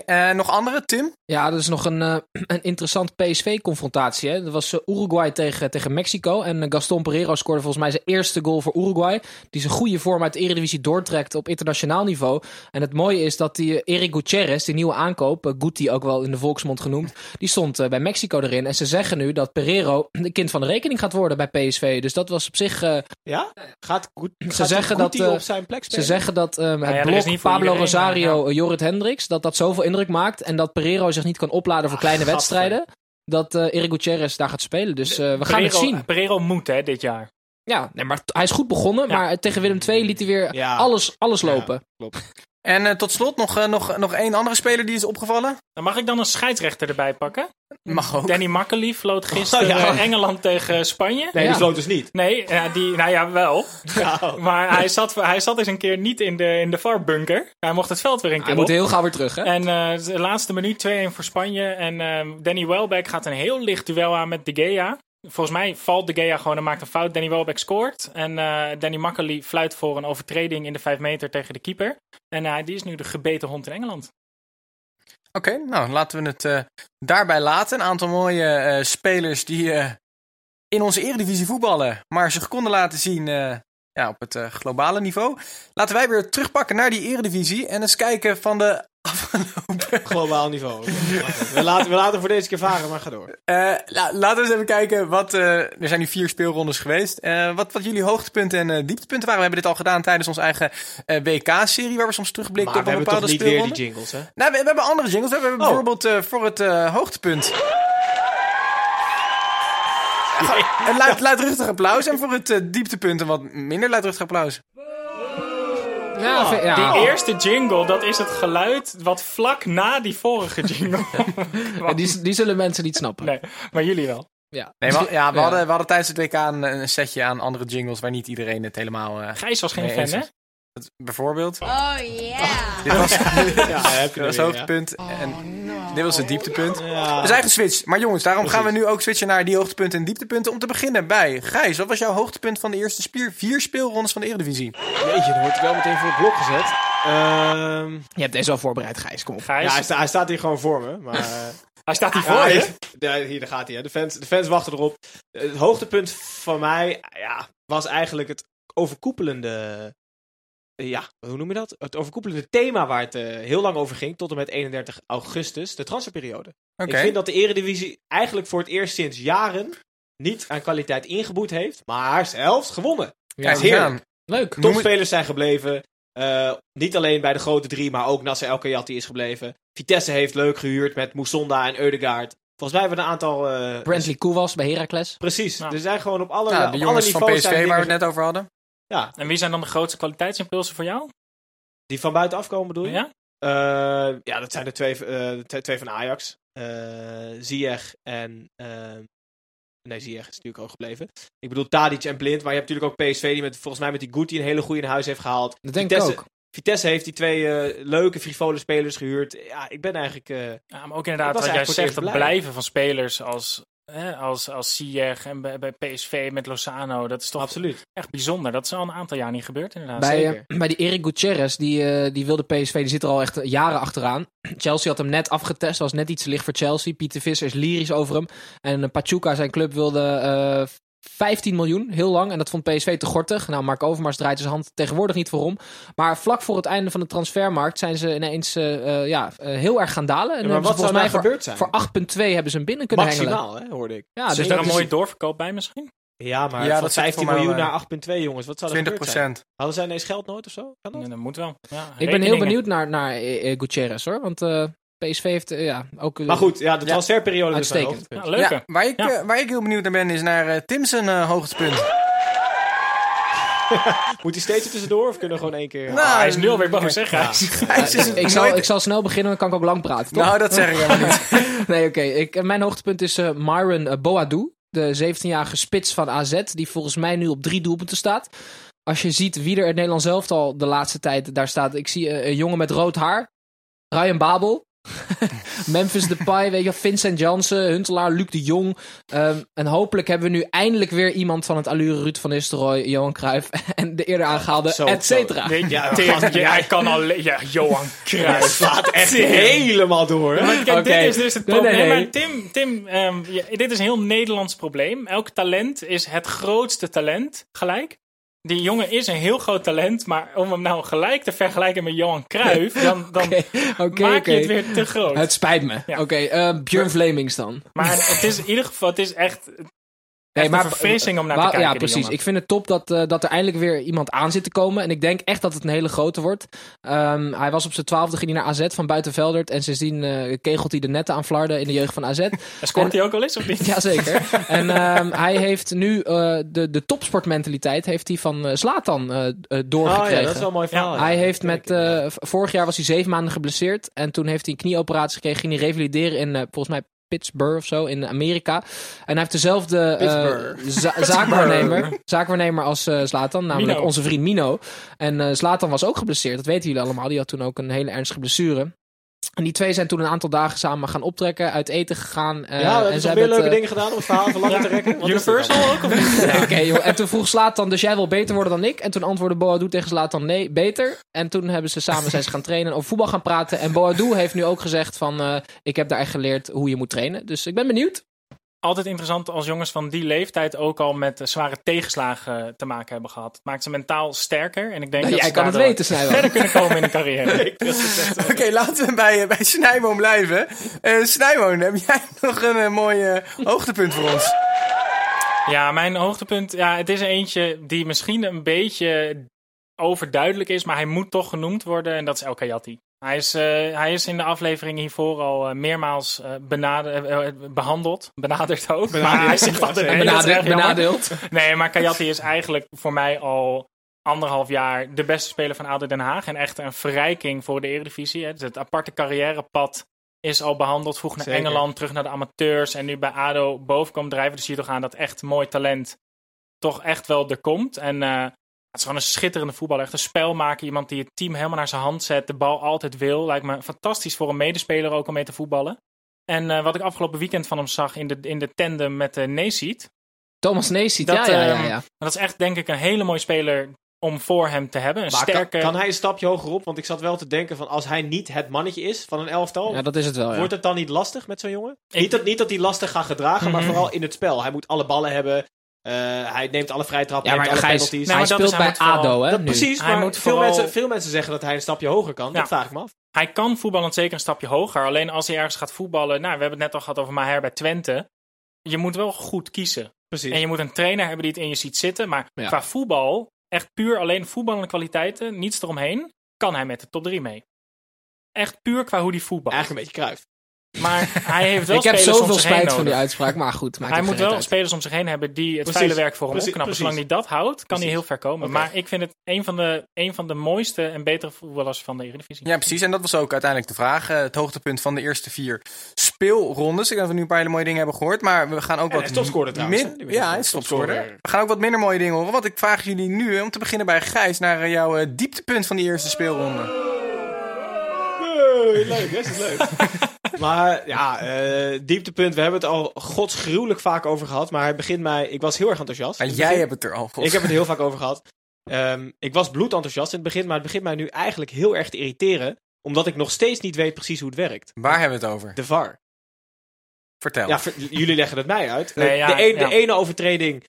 Speaker 2: eh, nog andere, Tim?
Speaker 7: Ja, dat is nog een, eh, [CLEARS THROAT] een interessant PSV-confrontatie. hè. Dat was eh, Uruguay tegen, tegen Mexico. En eh, Gaston Pereiro scoorde volgens mij zijn eerste goal voor Uruguay. Die zijn goede vorm uit de Eredivisie doortrekt op internationaal niveau. En het mooie is dat die eh, Eric Gutierrez, die nieuwe aankoop, eh, Guti ook wel in de volksmond genoemd, die stond eh, bij Mexico erin. En ze zeggen nu dat Pereiro [CLEARS THROAT] de kind van de rekening gaat worden bij PSV. Dus dat was op zich... eh,
Speaker 4: Ja? Gaat goed. Ze
Speaker 7: zeggen dat, eh,
Speaker 4: op zijn plek
Speaker 7: ze
Speaker 4: spelen?
Speaker 7: zeggen dat ehm,
Speaker 6: ja, er
Speaker 7: het
Speaker 6: is
Speaker 7: blok
Speaker 6: niet voor
Speaker 7: Pablo
Speaker 6: iedereen, maar
Speaker 7: Rosario,
Speaker 6: ja.
Speaker 7: eh, Jorrit Hendricks, dat dat zoveel indruk maakt en dat Pereiro zich niet kan opladen
Speaker 6: Ah,
Speaker 7: voor kleine
Speaker 4: gasten.
Speaker 7: wedstrijden. Dat eh Eric Gutierrez daar gaat spelen. Dus eh, we gaan
Speaker 6: Pereiro,
Speaker 7: het zien.
Speaker 6: Pereiro moet, hè, dit jaar.
Speaker 7: Ja, nee, maar t- hij is goed begonnen.
Speaker 6: Ja.
Speaker 7: Maar tegen Willem II liet hij weer
Speaker 4: Ja.
Speaker 7: alles, alles
Speaker 4: Ja.
Speaker 7: lopen.
Speaker 2: En eh, tot slot nog, eh, nog, nog één andere speler die is opgevallen.
Speaker 6: Dan mag ik dan een scheidsrechter erbij pakken?
Speaker 4: Mm,
Speaker 2: Mag ook.
Speaker 6: Danny Makkely floot gisteren
Speaker 4: Oh, ja.
Speaker 6: eh, Engeland tegen Spanje.
Speaker 4: Nee, die
Speaker 7: Ja.
Speaker 4: sloot dus niet.
Speaker 6: Nee, ja, die, nou ja, wel. Maar hij zat, hij zat eens een keer niet in de, in de VAR-bunker. Hij mocht het veld weer een
Speaker 7: Hij
Speaker 6: keer
Speaker 7: moet
Speaker 6: op.
Speaker 7: heel gauw weer terug, hè?
Speaker 6: En eh, de laatste minuut 2-1 voor Spanje. En ehm, Danny Welbeck gaat een heel licht duel aan met De Gea. Volgens mij valt De Gea gewoon en maakt een fout. Danny Welbeck scoort. En eh, Danny Makkely fluit voor een overtreding in de 5 meter tegen de keeper. En eh, die is nu de gebeten hond in Engeland.
Speaker 2: Oké, nou laten we het eh, daarbij laten. Een aantal mooie eh, spelers die eh, in onze eredivisie voetballen, maar zich konden laten zien eh, ja, op het eh, globale niveau. Laten wij weer terugpakken naar die eredivisie en eens kijken van de afgelopen.
Speaker 4: Globaal niveau. We laten, we laten voor deze keer varen, maar ga door.
Speaker 2: Eh, la- laten we eens even kijken wat. eh, er zijn nu vier speelrondes geweest. Eh, wat, wat jullie hoogtepunten en eh, dieptepunten waren. We hebben dit al gedaan tijdens onze eigen eh, WK-serie, waar we soms terugblikken
Speaker 4: Maar
Speaker 2: op
Speaker 4: we
Speaker 2: een
Speaker 4: hebben
Speaker 2: bepaalde
Speaker 4: toch niet weer
Speaker 2: speelronde.
Speaker 4: die jingles, hè?
Speaker 2: Nou, we, we hebben andere jingles. We hebben
Speaker 4: Oh.
Speaker 2: bijvoorbeeld eh, voor het eh, [LAUGHS] hoogtepunt. Een luid, luidruchtig applaus. En voor het eh, dieptepunt een wat minder luidruchtig applaus.
Speaker 7: Ja, vind- ja.
Speaker 6: Oh, Die eerste jingle, dat is het geluid wat vlak na die vorige jingle
Speaker 7: Ja, die, die zullen mensen niet snappen.
Speaker 6: Nee, maar jullie wel.
Speaker 7: Ja.
Speaker 2: Nee, we, ja, we,
Speaker 7: Ja.
Speaker 2: Hadden, we hadden tijdens het WK een, een setje aan andere jingles waar niet iedereen het helemaal... eh,
Speaker 6: Gijs was geen
Speaker 2: mee
Speaker 6: fan,
Speaker 2: eens
Speaker 6: hè?
Speaker 2: is. Dat- Bijvoorbeeld.
Speaker 8: Oh yeah.
Speaker 2: Dit was,
Speaker 4: Ja, heb je
Speaker 2: dit was
Speaker 4: er
Speaker 2: het
Speaker 4: weer, ja.
Speaker 2: hoogtepunt. En dit was het dieptepunt.
Speaker 4: Ja.
Speaker 2: We zijn geswitcht. Maar jongens, daarom gaan we nu ook switchen naar die hoogtepunten en dieptepunten. Om te beginnen bij Gijs. Wat was jouw hoogtepunt van de eerste spier, vier speelrondes van de Eredivisie?
Speaker 4: Jeetje, dan wordt ik wel meteen voor het blok gezet. Ehm,
Speaker 7: Je hebt deze al voorbereid, Gijs. Kom op.
Speaker 4: ja,
Speaker 6: Gijs,
Speaker 4: hij, sta- hij staat hier gewoon voor me.
Speaker 6: [LAUGHS]
Speaker 4: Maar, eh,
Speaker 6: hij staat hier
Speaker 4: ja,
Speaker 6: voor je.
Speaker 4: ja, hier, daar gaat hij. hè. De fans, de fans wachten erop. Het hoogtepunt van mij ja, was eigenlijk het overkoepelende... eh, Ja, hoe noem je dat? Het overkoepelende thema waar het eh, heel lang over ging, tot en met 31 augustus, de transferperiode.
Speaker 2: Oké.
Speaker 4: Ik vind dat de Eredivisie eigenlijk voor het eerst sinds jaren niet aan kwaliteit ingeboet heeft, maar zelfs gewonnen.
Speaker 7: Ja,
Speaker 2: Kijk
Speaker 4: is
Speaker 2: eens
Speaker 4: heerlijk.
Speaker 2: aan.
Speaker 7: Leuk.
Speaker 2: Noem het-
Speaker 4: Topspelers zijn gebleven. Eh, niet alleen bij de grote drie, maar ook Nasser El Kayati is gebleven. Vitesse heeft leuk gehuurd met Moussonda en Eudegaard. Volgens mij hebben we een aantal... eh,
Speaker 7: Brantley Koe was bij Heracles.
Speaker 4: Precies.
Speaker 6: Ja.
Speaker 4: Er zijn gewoon op alle,
Speaker 2: Nou,
Speaker 4: op
Speaker 2: de
Speaker 4: alle
Speaker 2: jongens van
Speaker 4: niveaus zijn
Speaker 2: PSV waar we het
Speaker 4: dingen-
Speaker 2: net over hadden.
Speaker 4: Ja,
Speaker 6: En wie zijn dan de grootste kwaliteitsimpuls voor jou?
Speaker 4: die van buitenaf komen bedoel je?
Speaker 6: Ja?
Speaker 4: Eh, ja, dat zijn de twee, eh, de twee- twee van Ajax. Eh Ziyech en... eh, nee, Ziyech is natuurlijk ook gebleven. Ik bedoel Tadic en Blind. Maar je hebt natuurlijk ook PSV die met, volgens mij met die Guti een hele goede in huis heeft gehaald.
Speaker 7: Dat denk ik
Speaker 4: Vitesse-
Speaker 7: ook.
Speaker 4: Vitesse heeft die twee eh, leuke frivole spelers gehuurd. Ja, ik ben eigenlijk... eh,
Speaker 6: Ja, maar ook inderdaad,
Speaker 4: Dat
Speaker 6: wat
Speaker 4: was
Speaker 6: jij
Speaker 4: eigenlijk voor het
Speaker 6: zegt,
Speaker 4: eerst
Speaker 6: dat
Speaker 4: blij.
Speaker 6: blijven van spelers als, hè, als, als Ziyech en bij, bij PSV met Lozano. Dat is toch
Speaker 4: absoluut.
Speaker 6: echt bijzonder. Dat is al een aantal jaar niet gebeurd inderdaad.
Speaker 7: Bij,
Speaker 4: zeker.
Speaker 7: eh, bij die Erik Gutierrez, die, eh, die wilde PSV, die zit er al echt jaren achteraan. Chelsea had hem net afgetest, was net iets te licht voor Chelsea. Pieter Visser is lyrisch over hem. En eh, Pachuca, zijn club, wilde eh, 15 miljoen, heel lang. En dat vond PSV te gortig. Nou, Mark Overmars draait zijn hand tegenwoordig niet voor om. Maar vlak voor het einde van de transfermarkt zijn ze ineens eh, eh, ja, eh, heel erg gaan dalen. En
Speaker 4: Ja, maar
Speaker 7: hebben ze
Speaker 4: wat zou nou
Speaker 7: voor,
Speaker 4: gebeurd zijn?
Speaker 7: voor 8,2 hebben ze hem binnen kunnen hengelen.
Speaker 4: Maximaal, hè, hoorde ik.
Speaker 7: Ja,
Speaker 6: Zit
Speaker 7: dus
Speaker 6: er
Speaker 7: dat
Speaker 6: een
Speaker 7: is-
Speaker 6: mooi doorverkoop bij misschien?
Speaker 4: Ja, maar
Speaker 2: Ja,
Speaker 4: van
Speaker 2: dat zit er
Speaker 4: 15
Speaker 2: voor mij
Speaker 4: miljoen
Speaker 2: wel,
Speaker 4: naar 8,2 jongens. Wat zou er
Speaker 2: 20
Speaker 4: gebeurd zijn? Hadden zij ineens geldnood of zo? Kan dat?
Speaker 6: Ja, dat moet wel. Ja,
Speaker 7: Ik ben heel
Speaker 6: rekeningen.
Speaker 7: benieuwd naar, naar eh, eh, Gutierrez, hoor. Want eh, PSV heeft eh, ja, ook... eh,
Speaker 4: Maar goed, ja, de transferperiode is mijn
Speaker 7: Uitstekend.
Speaker 4: hoogtepunt.
Speaker 6: Ja, leuke.
Speaker 2: Ja, waar, ik,
Speaker 6: Ja.
Speaker 2: eh, waar ik heel benieuwd naar ben is naar eh, Tim zijn eh, hoogtepunt.
Speaker 4: Moet hij steeds er tussendoor of kunnen we gewoon één keer... Ah,
Speaker 2: Nou,
Speaker 6: Ah, Hij is nu alweer boos, zeg Gijs.
Speaker 2: Gijs is het
Speaker 7: ik, zal,
Speaker 2: nooit-
Speaker 7: ik zal snel beginnen, dan kan ik ook lang praten. Toch?
Speaker 2: Nou, dat zeg ik helemaal niet.
Speaker 7: [LAUGHS] Nee, oké. Ik- eh, Mijn hoogtepunt is eh, Myron eh, Boadu. De 17-jarige spits van AZ. Die volgens mij nu op drie doelpunten staat. Als je ziet wie er in het Nederlands zelf al de laatste tijd daar staat. Ik zie eh, een jongen met rood haar. Ryan Babel. [LAUGHS] Memphis Depay, weet je wel, Vincent Jansen, Huntelaar, Luc de Jong. Ehm, en hopelijk hebben we nu eindelijk weer iemand van het allure Ruud van Nistelrooy, Johan Cruijff [LAUGHS] en de
Speaker 2: Ah,
Speaker 7: eerder aangehaalde,
Speaker 4: Zo,
Speaker 7: et cetera.
Speaker 6: Nee,
Speaker 4: Ja,
Speaker 6: tegen-
Speaker 4: gast,
Speaker 6: ja,
Speaker 4: ja.
Speaker 6: hij kan alleen... Ja, Johan [LAUGHS] Cruijff.
Speaker 4: Gaat echt helemaal door. hè?
Speaker 6: Maar kijk,
Speaker 7: Oké.
Speaker 6: dit is dus het
Speaker 7: Nee, nee,
Speaker 6: probleem. Nee,
Speaker 7: nee.
Speaker 6: maar Tim, Tim ehm, ja, dit is een heel Nederlands probleem. Elk talent is het grootste talent gelijk. Die jongen is een heel groot talent, maar om hem nou gelijk te vergelijken met Johan
Speaker 7: [LAUGHS]
Speaker 6: Cruijff, dan, dan
Speaker 7: Oké, [LAUGHS] oké,
Speaker 6: maak
Speaker 7: oké.
Speaker 6: je het weer te groot.
Speaker 7: Het spijt me.
Speaker 6: Ja.
Speaker 7: Oké, eh, Björn Vlemings dan.
Speaker 6: Maar het is in ieder geval, het is echt
Speaker 7: Nee,
Speaker 6: een verfrissing om naar te
Speaker 7: Wa-
Speaker 6: kijken,
Speaker 7: Ja,
Speaker 6: die
Speaker 7: precies.
Speaker 6: jongen.
Speaker 7: Ik vind het top dat, eh, dat er eindelijk weer iemand aan zit te komen. En ik denk echt dat het een hele grote wordt. Ehm, hij was op zijn twaalfde, ging hij naar AZ van Buitenveldert. En sindsdien eh, kegelt hij de netten aan Flarden in de jeugd van AZ.
Speaker 6: scoort [LAUGHS]
Speaker 7: [LAUGHS]
Speaker 6: hij ook al eens of niet?
Speaker 7: Jazeker. en ehm, hij heeft nu eh, de, de topsportmentaliteit heeft hij van eh, Zlatan
Speaker 6: Oh
Speaker 7: eh, eh,
Speaker 4: Ah
Speaker 7: doorgekregen.
Speaker 4: ja, dat is wel een mooi verhaal. Oh, ja.
Speaker 7: Hij heeft met, eh, v- vorig jaar was hij zeven maanden geblesseerd. En toen heeft hij een knieoperatie gekregen. Ging hij revalideren in, eh, volgens mij, Pittsburgh of zo, in Amerika. En hij heeft dezelfde
Speaker 4: [LAUGHS]
Speaker 7: eh
Speaker 4: Pittsburgh.
Speaker 7: za- zaakwaarnemer, zaakwaarnemer als eh Zlatan. Namelijk
Speaker 6: Mino.
Speaker 7: onze vriend Mino. En eh Zlatan was ook geblesseerd. Dat weten jullie allemaal. Die had toen ook een hele ernstige blessure. En die twee zijn toen een aantal dagen samen gaan optrekken. Uit eten gegaan. eh,
Speaker 4: ja, we
Speaker 7: en
Speaker 4: hebben
Speaker 7: zij
Speaker 4: toch meer
Speaker 7: hebben
Speaker 4: leuke
Speaker 7: het, eh,
Speaker 4: dingen gedaan om het verhaal van langer te [LAUGHS] rekken. Wat is dit dan?
Speaker 6: Universal ook? Of niet?
Speaker 7: Oké, joh. En toen vroeg Slatan, dus jij wil beter worden dan ik? En toen antwoordde Boadu tegen Slatan, nee, beter. En toen hebben ze samen zijn ze gaan trainen, over voetbal gaan praten. En Boadu heeft nu ook gezegd van, eh, ik heb daar echt geleerd hoe je moet trainen. Dus ik ben benieuwd.
Speaker 6: Altijd interessant als jongens van die leeftijd ook al met eh, zware tegenslagen te maken hebben gehad. Het maakt ze mentaal sterker en ik denk dat
Speaker 7: jij
Speaker 6: ze
Speaker 7: kan het
Speaker 6: daardoor
Speaker 7: weten, Snijboom.
Speaker 6: [LAUGHS] verder kunnen komen in de carrière.
Speaker 2: [LAUGHS] Oké, laten we bij, eh, bij Snijboom blijven. Eh Snijboom, heb jij [LAUGHS] nog een eh, mooi eh, hoogtepunt voor ons?
Speaker 6: Ja, mijn hoogtepunt. Ja, het is er eentje die misschien een beetje overduidelijk is, maar hij moet toch genoemd worden. En dat is El Kayati. Hij is, eh, hij is in de aflevering hiervoor al eh, meermaals eh, benade- eh, eh, behandeld. Benaderd ook. Maar hij zegt altijd [LAUGHS] nee, dat is
Speaker 7: Benade-
Speaker 6: erg jammer.
Speaker 7: benadeeld.
Speaker 6: Nee, maar Kayati is eigenlijk voor mij al anderhalf jaar de beste speler van ADO Den Haag. En echt een verrijking voor de Eredivisie. Hè. Dus het aparte carrièrepad is al behandeld. Vroeg naar
Speaker 4: Zeker.
Speaker 6: Engeland, terug naar de amateurs. En nu bij ADO boven komt drijven. Dus zie je toch aan dat echt mooi talent toch echt wel er komt. En eh, het is gewoon een schitterende voetballer. Echt een spelmaker. Iemand die het team helemaal naar zijn hand zet. De bal altijd wil. Lijkt me fantastisch voor een medespeler ook om mee te voetballen. En eh, wat ik afgelopen weekend van hem zag in de, in de tandem met uh, Neesiet.
Speaker 7: Thomas Nees ziet,
Speaker 6: Dat,
Speaker 7: ja, ja, ja,
Speaker 6: ehm,
Speaker 7: ja.
Speaker 6: Dat is echt denk ik een hele mooie speler om voor hem te hebben. Een
Speaker 4: Maar kan,
Speaker 6: sterke...
Speaker 4: kan hij een stapje hoger op? Want ik zat wel te denken van als hij niet het mannetje is van een elftal,
Speaker 7: Ja, dat is het wel, ja.
Speaker 4: wordt het dan niet lastig met zo'n jongen? Niet dat, niet dat hij lastig gaat gedragen, maar
Speaker 6: Mhm.
Speaker 4: vooral in het spel. Hij moet alle ballen hebben. eh, hij neemt alle vrije trappen,
Speaker 7: Ja,
Speaker 4: neemt
Speaker 7: maar
Speaker 4: alle
Speaker 7: Gijs-
Speaker 4: penalties.
Speaker 6: Nee,
Speaker 7: hij
Speaker 6: Nou, maar dat is
Speaker 7: speelt bij
Speaker 6: aan het
Speaker 7: ADO, hè,
Speaker 4: dat,
Speaker 7: nu.
Speaker 4: precies,
Speaker 6: Hij
Speaker 4: maar
Speaker 6: moet
Speaker 4: veel,
Speaker 6: vooral-
Speaker 4: mensen, veel mensen zeggen dat hij een stapje hoger kan.
Speaker 6: Ja.
Speaker 4: Dat vraag ik me af.
Speaker 6: Hij kan voetballend zeker een stapje hoger. Alleen als hij ergens gaat voetballen... Nou, we hebben het net al gehad over Maher bij Twente. Je moet wel goed kiezen.
Speaker 4: Precies.
Speaker 6: En je moet een trainer hebben die het in je ziet zitten. Maar
Speaker 7: Ja.
Speaker 6: qua voetbal, echt puur alleen voetballende kwaliteiten, niets eromheen, kan hij met de top 3 mee. Echt puur qua hoe die voetbal.
Speaker 4: Eigenlijk een beetje kruif.
Speaker 6: Maar hij heeft wel
Speaker 7: Ik heb
Speaker 6: spelers om
Speaker 7: zoveel
Speaker 6: zich heen
Speaker 7: spijt van die
Speaker 6: nodig.
Speaker 7: uitspraak, maar goed. maakt
Speaker 6: Hij
Speaker 7: ook
Speaker 6: moet
Speaker 7: geen
Speaker 6: wel
Speaker 7: reet uit.
Speaker 6: spelers om zich heen hebben die het
Speaker 4: Precies,
Speaker 6: vuile werk voor hem
Speaker 4: precies,
Speaker 6: opknappen.
Speaker 4: precies.
Speaker 6: Zolang hij dat houdt, kan hij
Speaker 4: Precies.
Speaker 6: heel ver komen.
Speaker 4: Oké.
Speaker 6: Maar ik vind het een van de, een van de mooiste en betere voetballers van de Eredivisie.
Speaker 2: Ja, precies. En dat was ook uiteindelijk de vraag. eh, het hoogtepunt van de eerste vier speelrondes. Ik denk dat we nu een paar hele mooie dingen hebben gehoord. Maar we gaan ook
Speaker 4: hij
Speaker 2: wat...
Speaker 4: is topscorer trouwens, hè? Die
Speaker 2: Min...
Speaker 4: weet ik
Speaker 2: Ja,
Speaker 4: nog.
Speaker 2: hij is topscorer.
Speaker 4: Topscorer.
Speaker 2: We gaan ook wat minder mooie dingen horen. Want ik vraag jullie nu, eh, om te beginnen bij Gijs, naar eh, jouw eh, dieptepunt van die eerste speelronde.
Speaker 4: Hey, leuk, dat is leuk. [LAUGHS] maar ja, eh, dieptepunt. We hebben het al godsgruwelijk vaak over gehad. Maar het begint mij... Ik was heel erg enthousiast.
Speaker 2: Maar
Speaker 4: Het
Speaker 2: jij
Speaker 4: begint-
Speaker 2: hebt het er al voor.
Speaker 4: Ik heb het heel vaak over gehad. Ehm, ik was bloedenthousiast in het begin, maar het begint mij nu eigenlijk heel erg te irriteren. Omdat ik nog steeds niet weet precies hoe het werkt.
Speaker 2: Waar hebben we het over?
Speaker 4: De VAR.
Speaker 2: Vertel.
Speaker 4: Ja, ver- jullie leggen het mij uit.
Speaker 6: Nee,
Speaker 4: Eh,
Speaker 6: ja,
Speaker 4: de, een-
Speaker 6: ja.
Speaker 4: de ene overtreding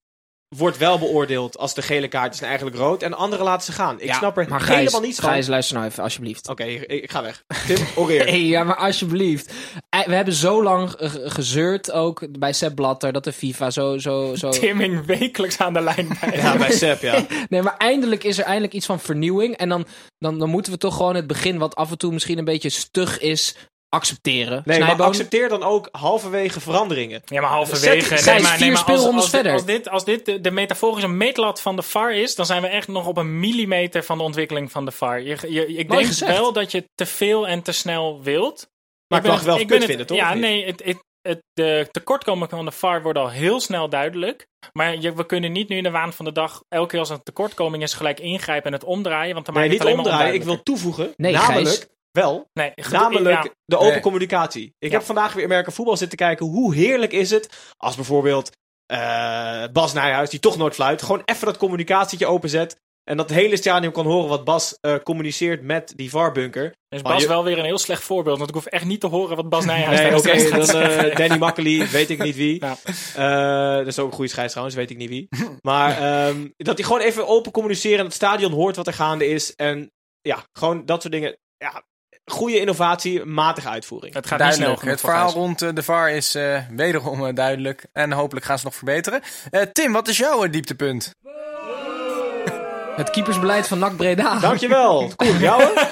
Speaker 4: wordt wel beoordeeld als de gele kaart is en eigenlijk rood. En de andere laten ze gaan. Ik
Speaker 7: Ja,
Speaker 4: snap er
Speaker 7: maar Gijs,
Speaker 4: helemaal niets van.
Speaker 7: Gijs, luister nou even, alsjeblieft.
Speaker 4: Oké, ik, ik ga weg. Tim, oreer.
Speaker 7: [LAUGHS] Hey, ja, maar alsjeblieft. Eh, We hebben zo lang eh, gezeurd ook bij Sepp Blatter dat de FIFA zo, zo,
Speaker 4: [LAUGHS]
Speaker 7: zo
Speaker 6: Timming wekelijks aan de lijn bij.
Speaker 4: Ja, bij Sepp, ja.
Speaker 7: Nee, maar eindelijk is er eindelijk iets van vernieuwing. En dan, dan, dan moeten we toch gewoon het begin, wat af en toe misschien een beetje stug is, accepteren.
Speaker 4: Nee, maar
Speaker 7: Snijboon?
Speaker 4: accepteer dan ook halverwege veranderingen.
Speaker 6: Ja, maar halverwege.
Speaker 4: Zet-
Speaker 6: Nee,
Speaker 7: zij is
Speaker 6: maar,
Speaker 7: vier
Speaker 6: nee, maar als,
Speaker 7: speelrondes
Speaker 6: als, dit,
Speaker 7: verder.
Speaker 6: als dit, als dit de, de metaforische meetlat van de VAR is, dan zijn we echt nog op een millimeter van de ontwikkeling van de VAR. Je, je, ik
Speaker 7: Mooi
Speaker 6: denk
Speaker 7: gezegd.
Speaker 6: wel dat je te veel en te snel wilt.
Speaker 4: Maar
Speaker 6: ik
Speaker 4: ik
Speaker 6: ben
Speaker 4: mag
Speaker 6: het-
Speaker 4: wel
Speaker 6: ik
Speaker 4: kut
Speaker 6: ben het-
Speaker 4: vinden, toch?
Speaker 6: Ja,
Speaker 4: Of niet?
Speaker 6: nee, het, het, het, de tekortkomingen van de VAR worden al heel snel duidelijk. Maar je, we kunnen niet nu in de waan van de dag elke keer als er een tekortkoming is gelijk ingrijpen en het omdraaien. Want dan
Speaker 4: Nee,
Speaker 6: maak je
Speaker 4: niet
Speaker 6: het alleen
Speaker 4: omdraaien.
Speaker 6: maar
Speaker 4: Ik wil toevoegen.
Speaker 7: Nee,
Speaker 4: namelijk,
Speaker 7: Gijs.
Speaker 4: wel.
Speaker 6: Nee, goed,
Speaker 4: Namelijk
Speaker 6: ja.
Speaker 4: de open
Speaker 2: Nee.
Speaker 4: communicatie. Ik
Speaker 6: Ja.
Speaker 4: heb vandaag weer merken voetbal zitten kijken. Hoe heerlijk is het als bijvoorbeeld eh, Bas Nijhuis, die toch nooit fluit, gewoon even dat communicatietje openzet. En dat het hele stadion kan horen wat Bas eh, communiceert met die VAR-bunker.
Speaker 6: Is
Speaker 4: Maar
Speaker 6: Bas
Speaker 4: je-
Speaker 6: wel weer een heel slecht voorbeeld, want ik hoef echt niet te horen wat Bas Nijhuis
Speaker 4: Nee,
Speaker 6: daar
Speaker 4: oké,
Speaker 6: straks gaat
Speaker 4: dan
Speaker 6: zeggen.
Speaker 4: eh, [LAUGHS] Danny Makkely, weet ik niet wie.
Speaker 6: Ja.
Speaker 4: Eh, dat is ook een goede scheids trouwens, weet ik niet wie. Maar ehm, dat die gewoon even open communiceren en het stadion hoort wat er gaande is. En ja, gewoon dat soort dingen. Ja, goede innovatie, matige uitvoering.
Speaker 6: Het gaat niet snel
Speaker 2: duidelijk.
Speaker 6: genoeg
Speaker 2: Het
Speaker 6: voor
Speaker 2: verhaal rond
Speaker 6: Gijs.
Speaker 2: eh, de VAR is eh, wederom eh, duidelijk. En hopelijk gaan ze nog verbeteren. Eh, Tim, wat is jouw eh, dieptepunt?
Speaker 7: Het keepersbeleid van NAC
Speaker 6: [LAUGHS]
Speaker 7: Breda.
Speaker 4: Dankjewel. Cool, jou hè?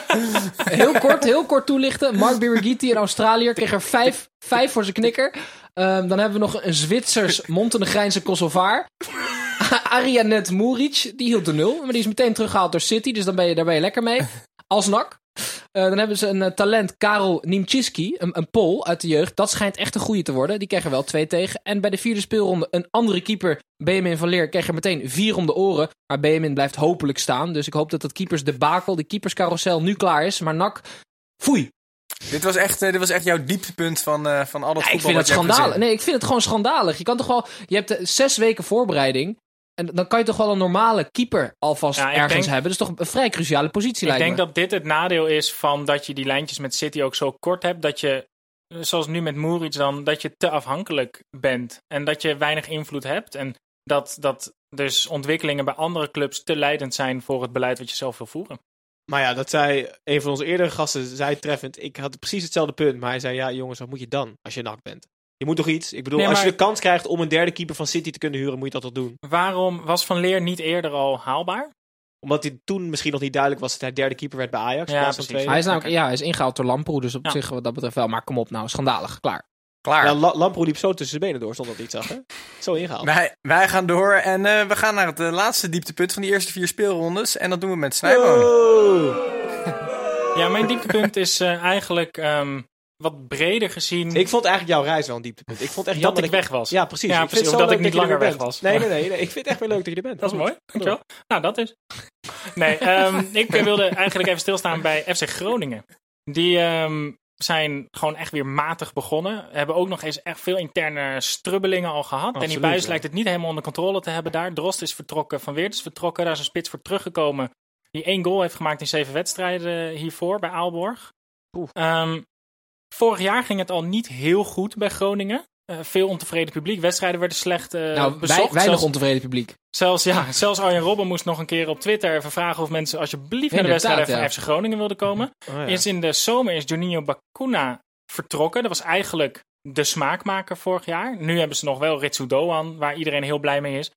Speaker 7: Heel kort, heel kort toelichten. Mark Birgiti, een Australiër, kreeg er vijf, vijf voor zijn knikker. Ehm, dan hebben we nog een Zwitsers Montenegrijnse Kosovaar. Arianet Muric, die hield de nul. Maar die is meteen teruggehaald door City, dus dan ben je, daar ben je lekker mee. Als nak. dan hebben ze een eh, talent, Karel Nimczyski, een, een Pool uit de jeugd. Dat schijnt echt een goeie te worden. Die kreeg er wel twee tegen. En bij de vierde speelronde een andere keeper, Benjamin van Leer, kreeg er meteen vier om de oren. Maar Benjamin blijft hopelijk staan. Dus ik hoop dat dat keepersdebakel, de keeperscarousel nu klaar is. Maar nak, foei.
Speaker 2: Dit was echt, eh, dit was echt jouw dieptepunt van, eh, van al dat
Speaker 7: Ja,
Speaker 2: voetbal.
Speaker 7: ik vind
Speaker 2: dat
Speaker 7: het
Speaker 2: je hebt gezien.
Speaker 7: schandalig. Nee, ik vind het gewoon schandalig. Je kan toch wel. Je hebt eh, zes weken voorbereiding. En dan kan je toch wel een normale keeper alvast
Speaker 6: Ja, ik
Speaker 7: ergens
Speaker 6: denk-
Speaker 7: hebben. Dat is toch een vrij cruciale positie,
Speaker 6: Ik
Speaker 7: lijkt
Speaker 6: denk
Speaker 7: me.
Speaker 6: dat dit het nadeel is van dat je die lijntjes met City ook zo kort hebt. Dat je, eh, zoals nu met Muric dan, dat je te afhankelijk bent. En dat je weinig invloed hebt. En dat, dat dus ontwikkelingen bij andere clubs te leidend zijn voor het beleid wat je zelf wil voeren.
Speaker 4: Maar ja, dat zei een van onze eerdere gasten, zei treffend. Ik had precies hetzelfde punt, maar hij zei: Ja, jongens, wat moet je dan als je nak bent? Je moet toch iets? Ik bedoel,
Speaker 6: Nee,
Speaker 4: als je
Speaker 6: maar-
Speaker 4: de kans krijgt om een derde keeper van City te kunnen huren, moet je dat toch doen?
Speaker 6: Waarom was Van Leer niet eerder al haalbaar?
Speaker 4: Omdat hij toen misschien nog niet duidelijk was dat hij derde keeper werd bij Ajax.
Speaker 6: Ja,
Speaker 4: in plaats van
Speaker 6: precies.
Speaker 7: Hij
Speaker 4: tweede.
Speaker 7: is, namelijk, ja, hij is ingehaald door Lamproe, dus op
Speaker 6: Ja.
Speaker 7: zich wat dat betreft wel. Maar kom op nou, schandalig, klaar.
Speaker 2: Klaar.
Speaker 4: Ja, La- Lamproe liep zo tussen zijn benen door, zonder dat hij iets zag. Hè? Zo
Speaker 7: Oh.
Speaker 4: ingehaald.
Speaker 2: Wij, wij gaan door en eh, we gaan naar het eh, laatste dieptepunt van die eerste vier speelrondes. En dat doen we met Snijboon.
Speaker 4: Oh.
Speaker 6: Ja, mijn dieptepunt is eh, eigenlijk ehm, wat breder gezien.
Speaker 4: Ik vond eigenlijk jouw reis wel een dieptepunt. Ik vond echt
Speaker 6: Dat
Speaker 4: jammer
Speaker 6: ik
Speaker 4: je-
Speaker 6: weg was.
Speaker 4: Ja, precies.
Speaker 6: Ja,
Speaker 4: Ik vind
Speaker 6: precies,
Speaker 4: het
Speaker 6: of
Speaker 4: zo
Speaker 6: dat
Speaker 4: leuk
Speaker 6: ik niet
Speaker 4: je er
Speaker 6: langer
Speaker 4: weer
Speaker 6: weg
Speaker 4: bent.
Speaker 6: was.
Speaker 4: Nee, nee, nee, nee. Ik vind het echt weer leuk dat je er bent.
Speaker 6: Dat is
Speaker 4: Goed.
Speaker 6: mooi, dankjewel. Nou, dat is. Nee,
Speaker 4: [LAUGHS]
Speaker 6: ehm, ik wilde eigenlijk even stilstaan bij FC Groningen. Die ehm, zijn gewoon echt weer matig begonnen. Hebben ook nog eens echt veel interne strubbelingen al gehad. en die
Speaker 4: Absoluut,
Speaker 6: buis
Speaker 4: ja.
Speaker 6: lijkt het niet helemaal onder controle te hebben daar. Drost is vertrokken, Van Weert is vertrokken. Daar is een spits voor teruggekomen. Die één goal heeft gemaakt in zeven wedstrijden hiervoor bij Aalborg.
Speaker 4: Oeh.
Speaker 6: Ehm, vorig jaar ging het al niet heel goed bij Groningen. Eh, veel ontevreden publiek. Wedstrijden werden slecht eh
Speaker 7: nou, wij,
Speaker 6: bezocht.
Speaker 7: weinig
Speaker 6: Zelfs-
Speaker 7: ontevreden publiek.
Speaker 6: Zelfs, ja, zelfs Arjen Robben moest nog een keer op Twitter even vragen of mensen alsjeblieft naar de
Speaker 7: Inderdaad,
Speaker 6: wedstrijd van
Speaker 7: ja.
Speaker 6: FC Groningen wilden komen.
Speaker 4: Oh, ja.
Speaker 6: Is in de zomer is Juninho Bakuna vertrokken. Dat was eigenlijk de smaakmaker vorig jaar. Nu hebben ze nog wel Ritsu Doan, waar iedereen heel blij mee is.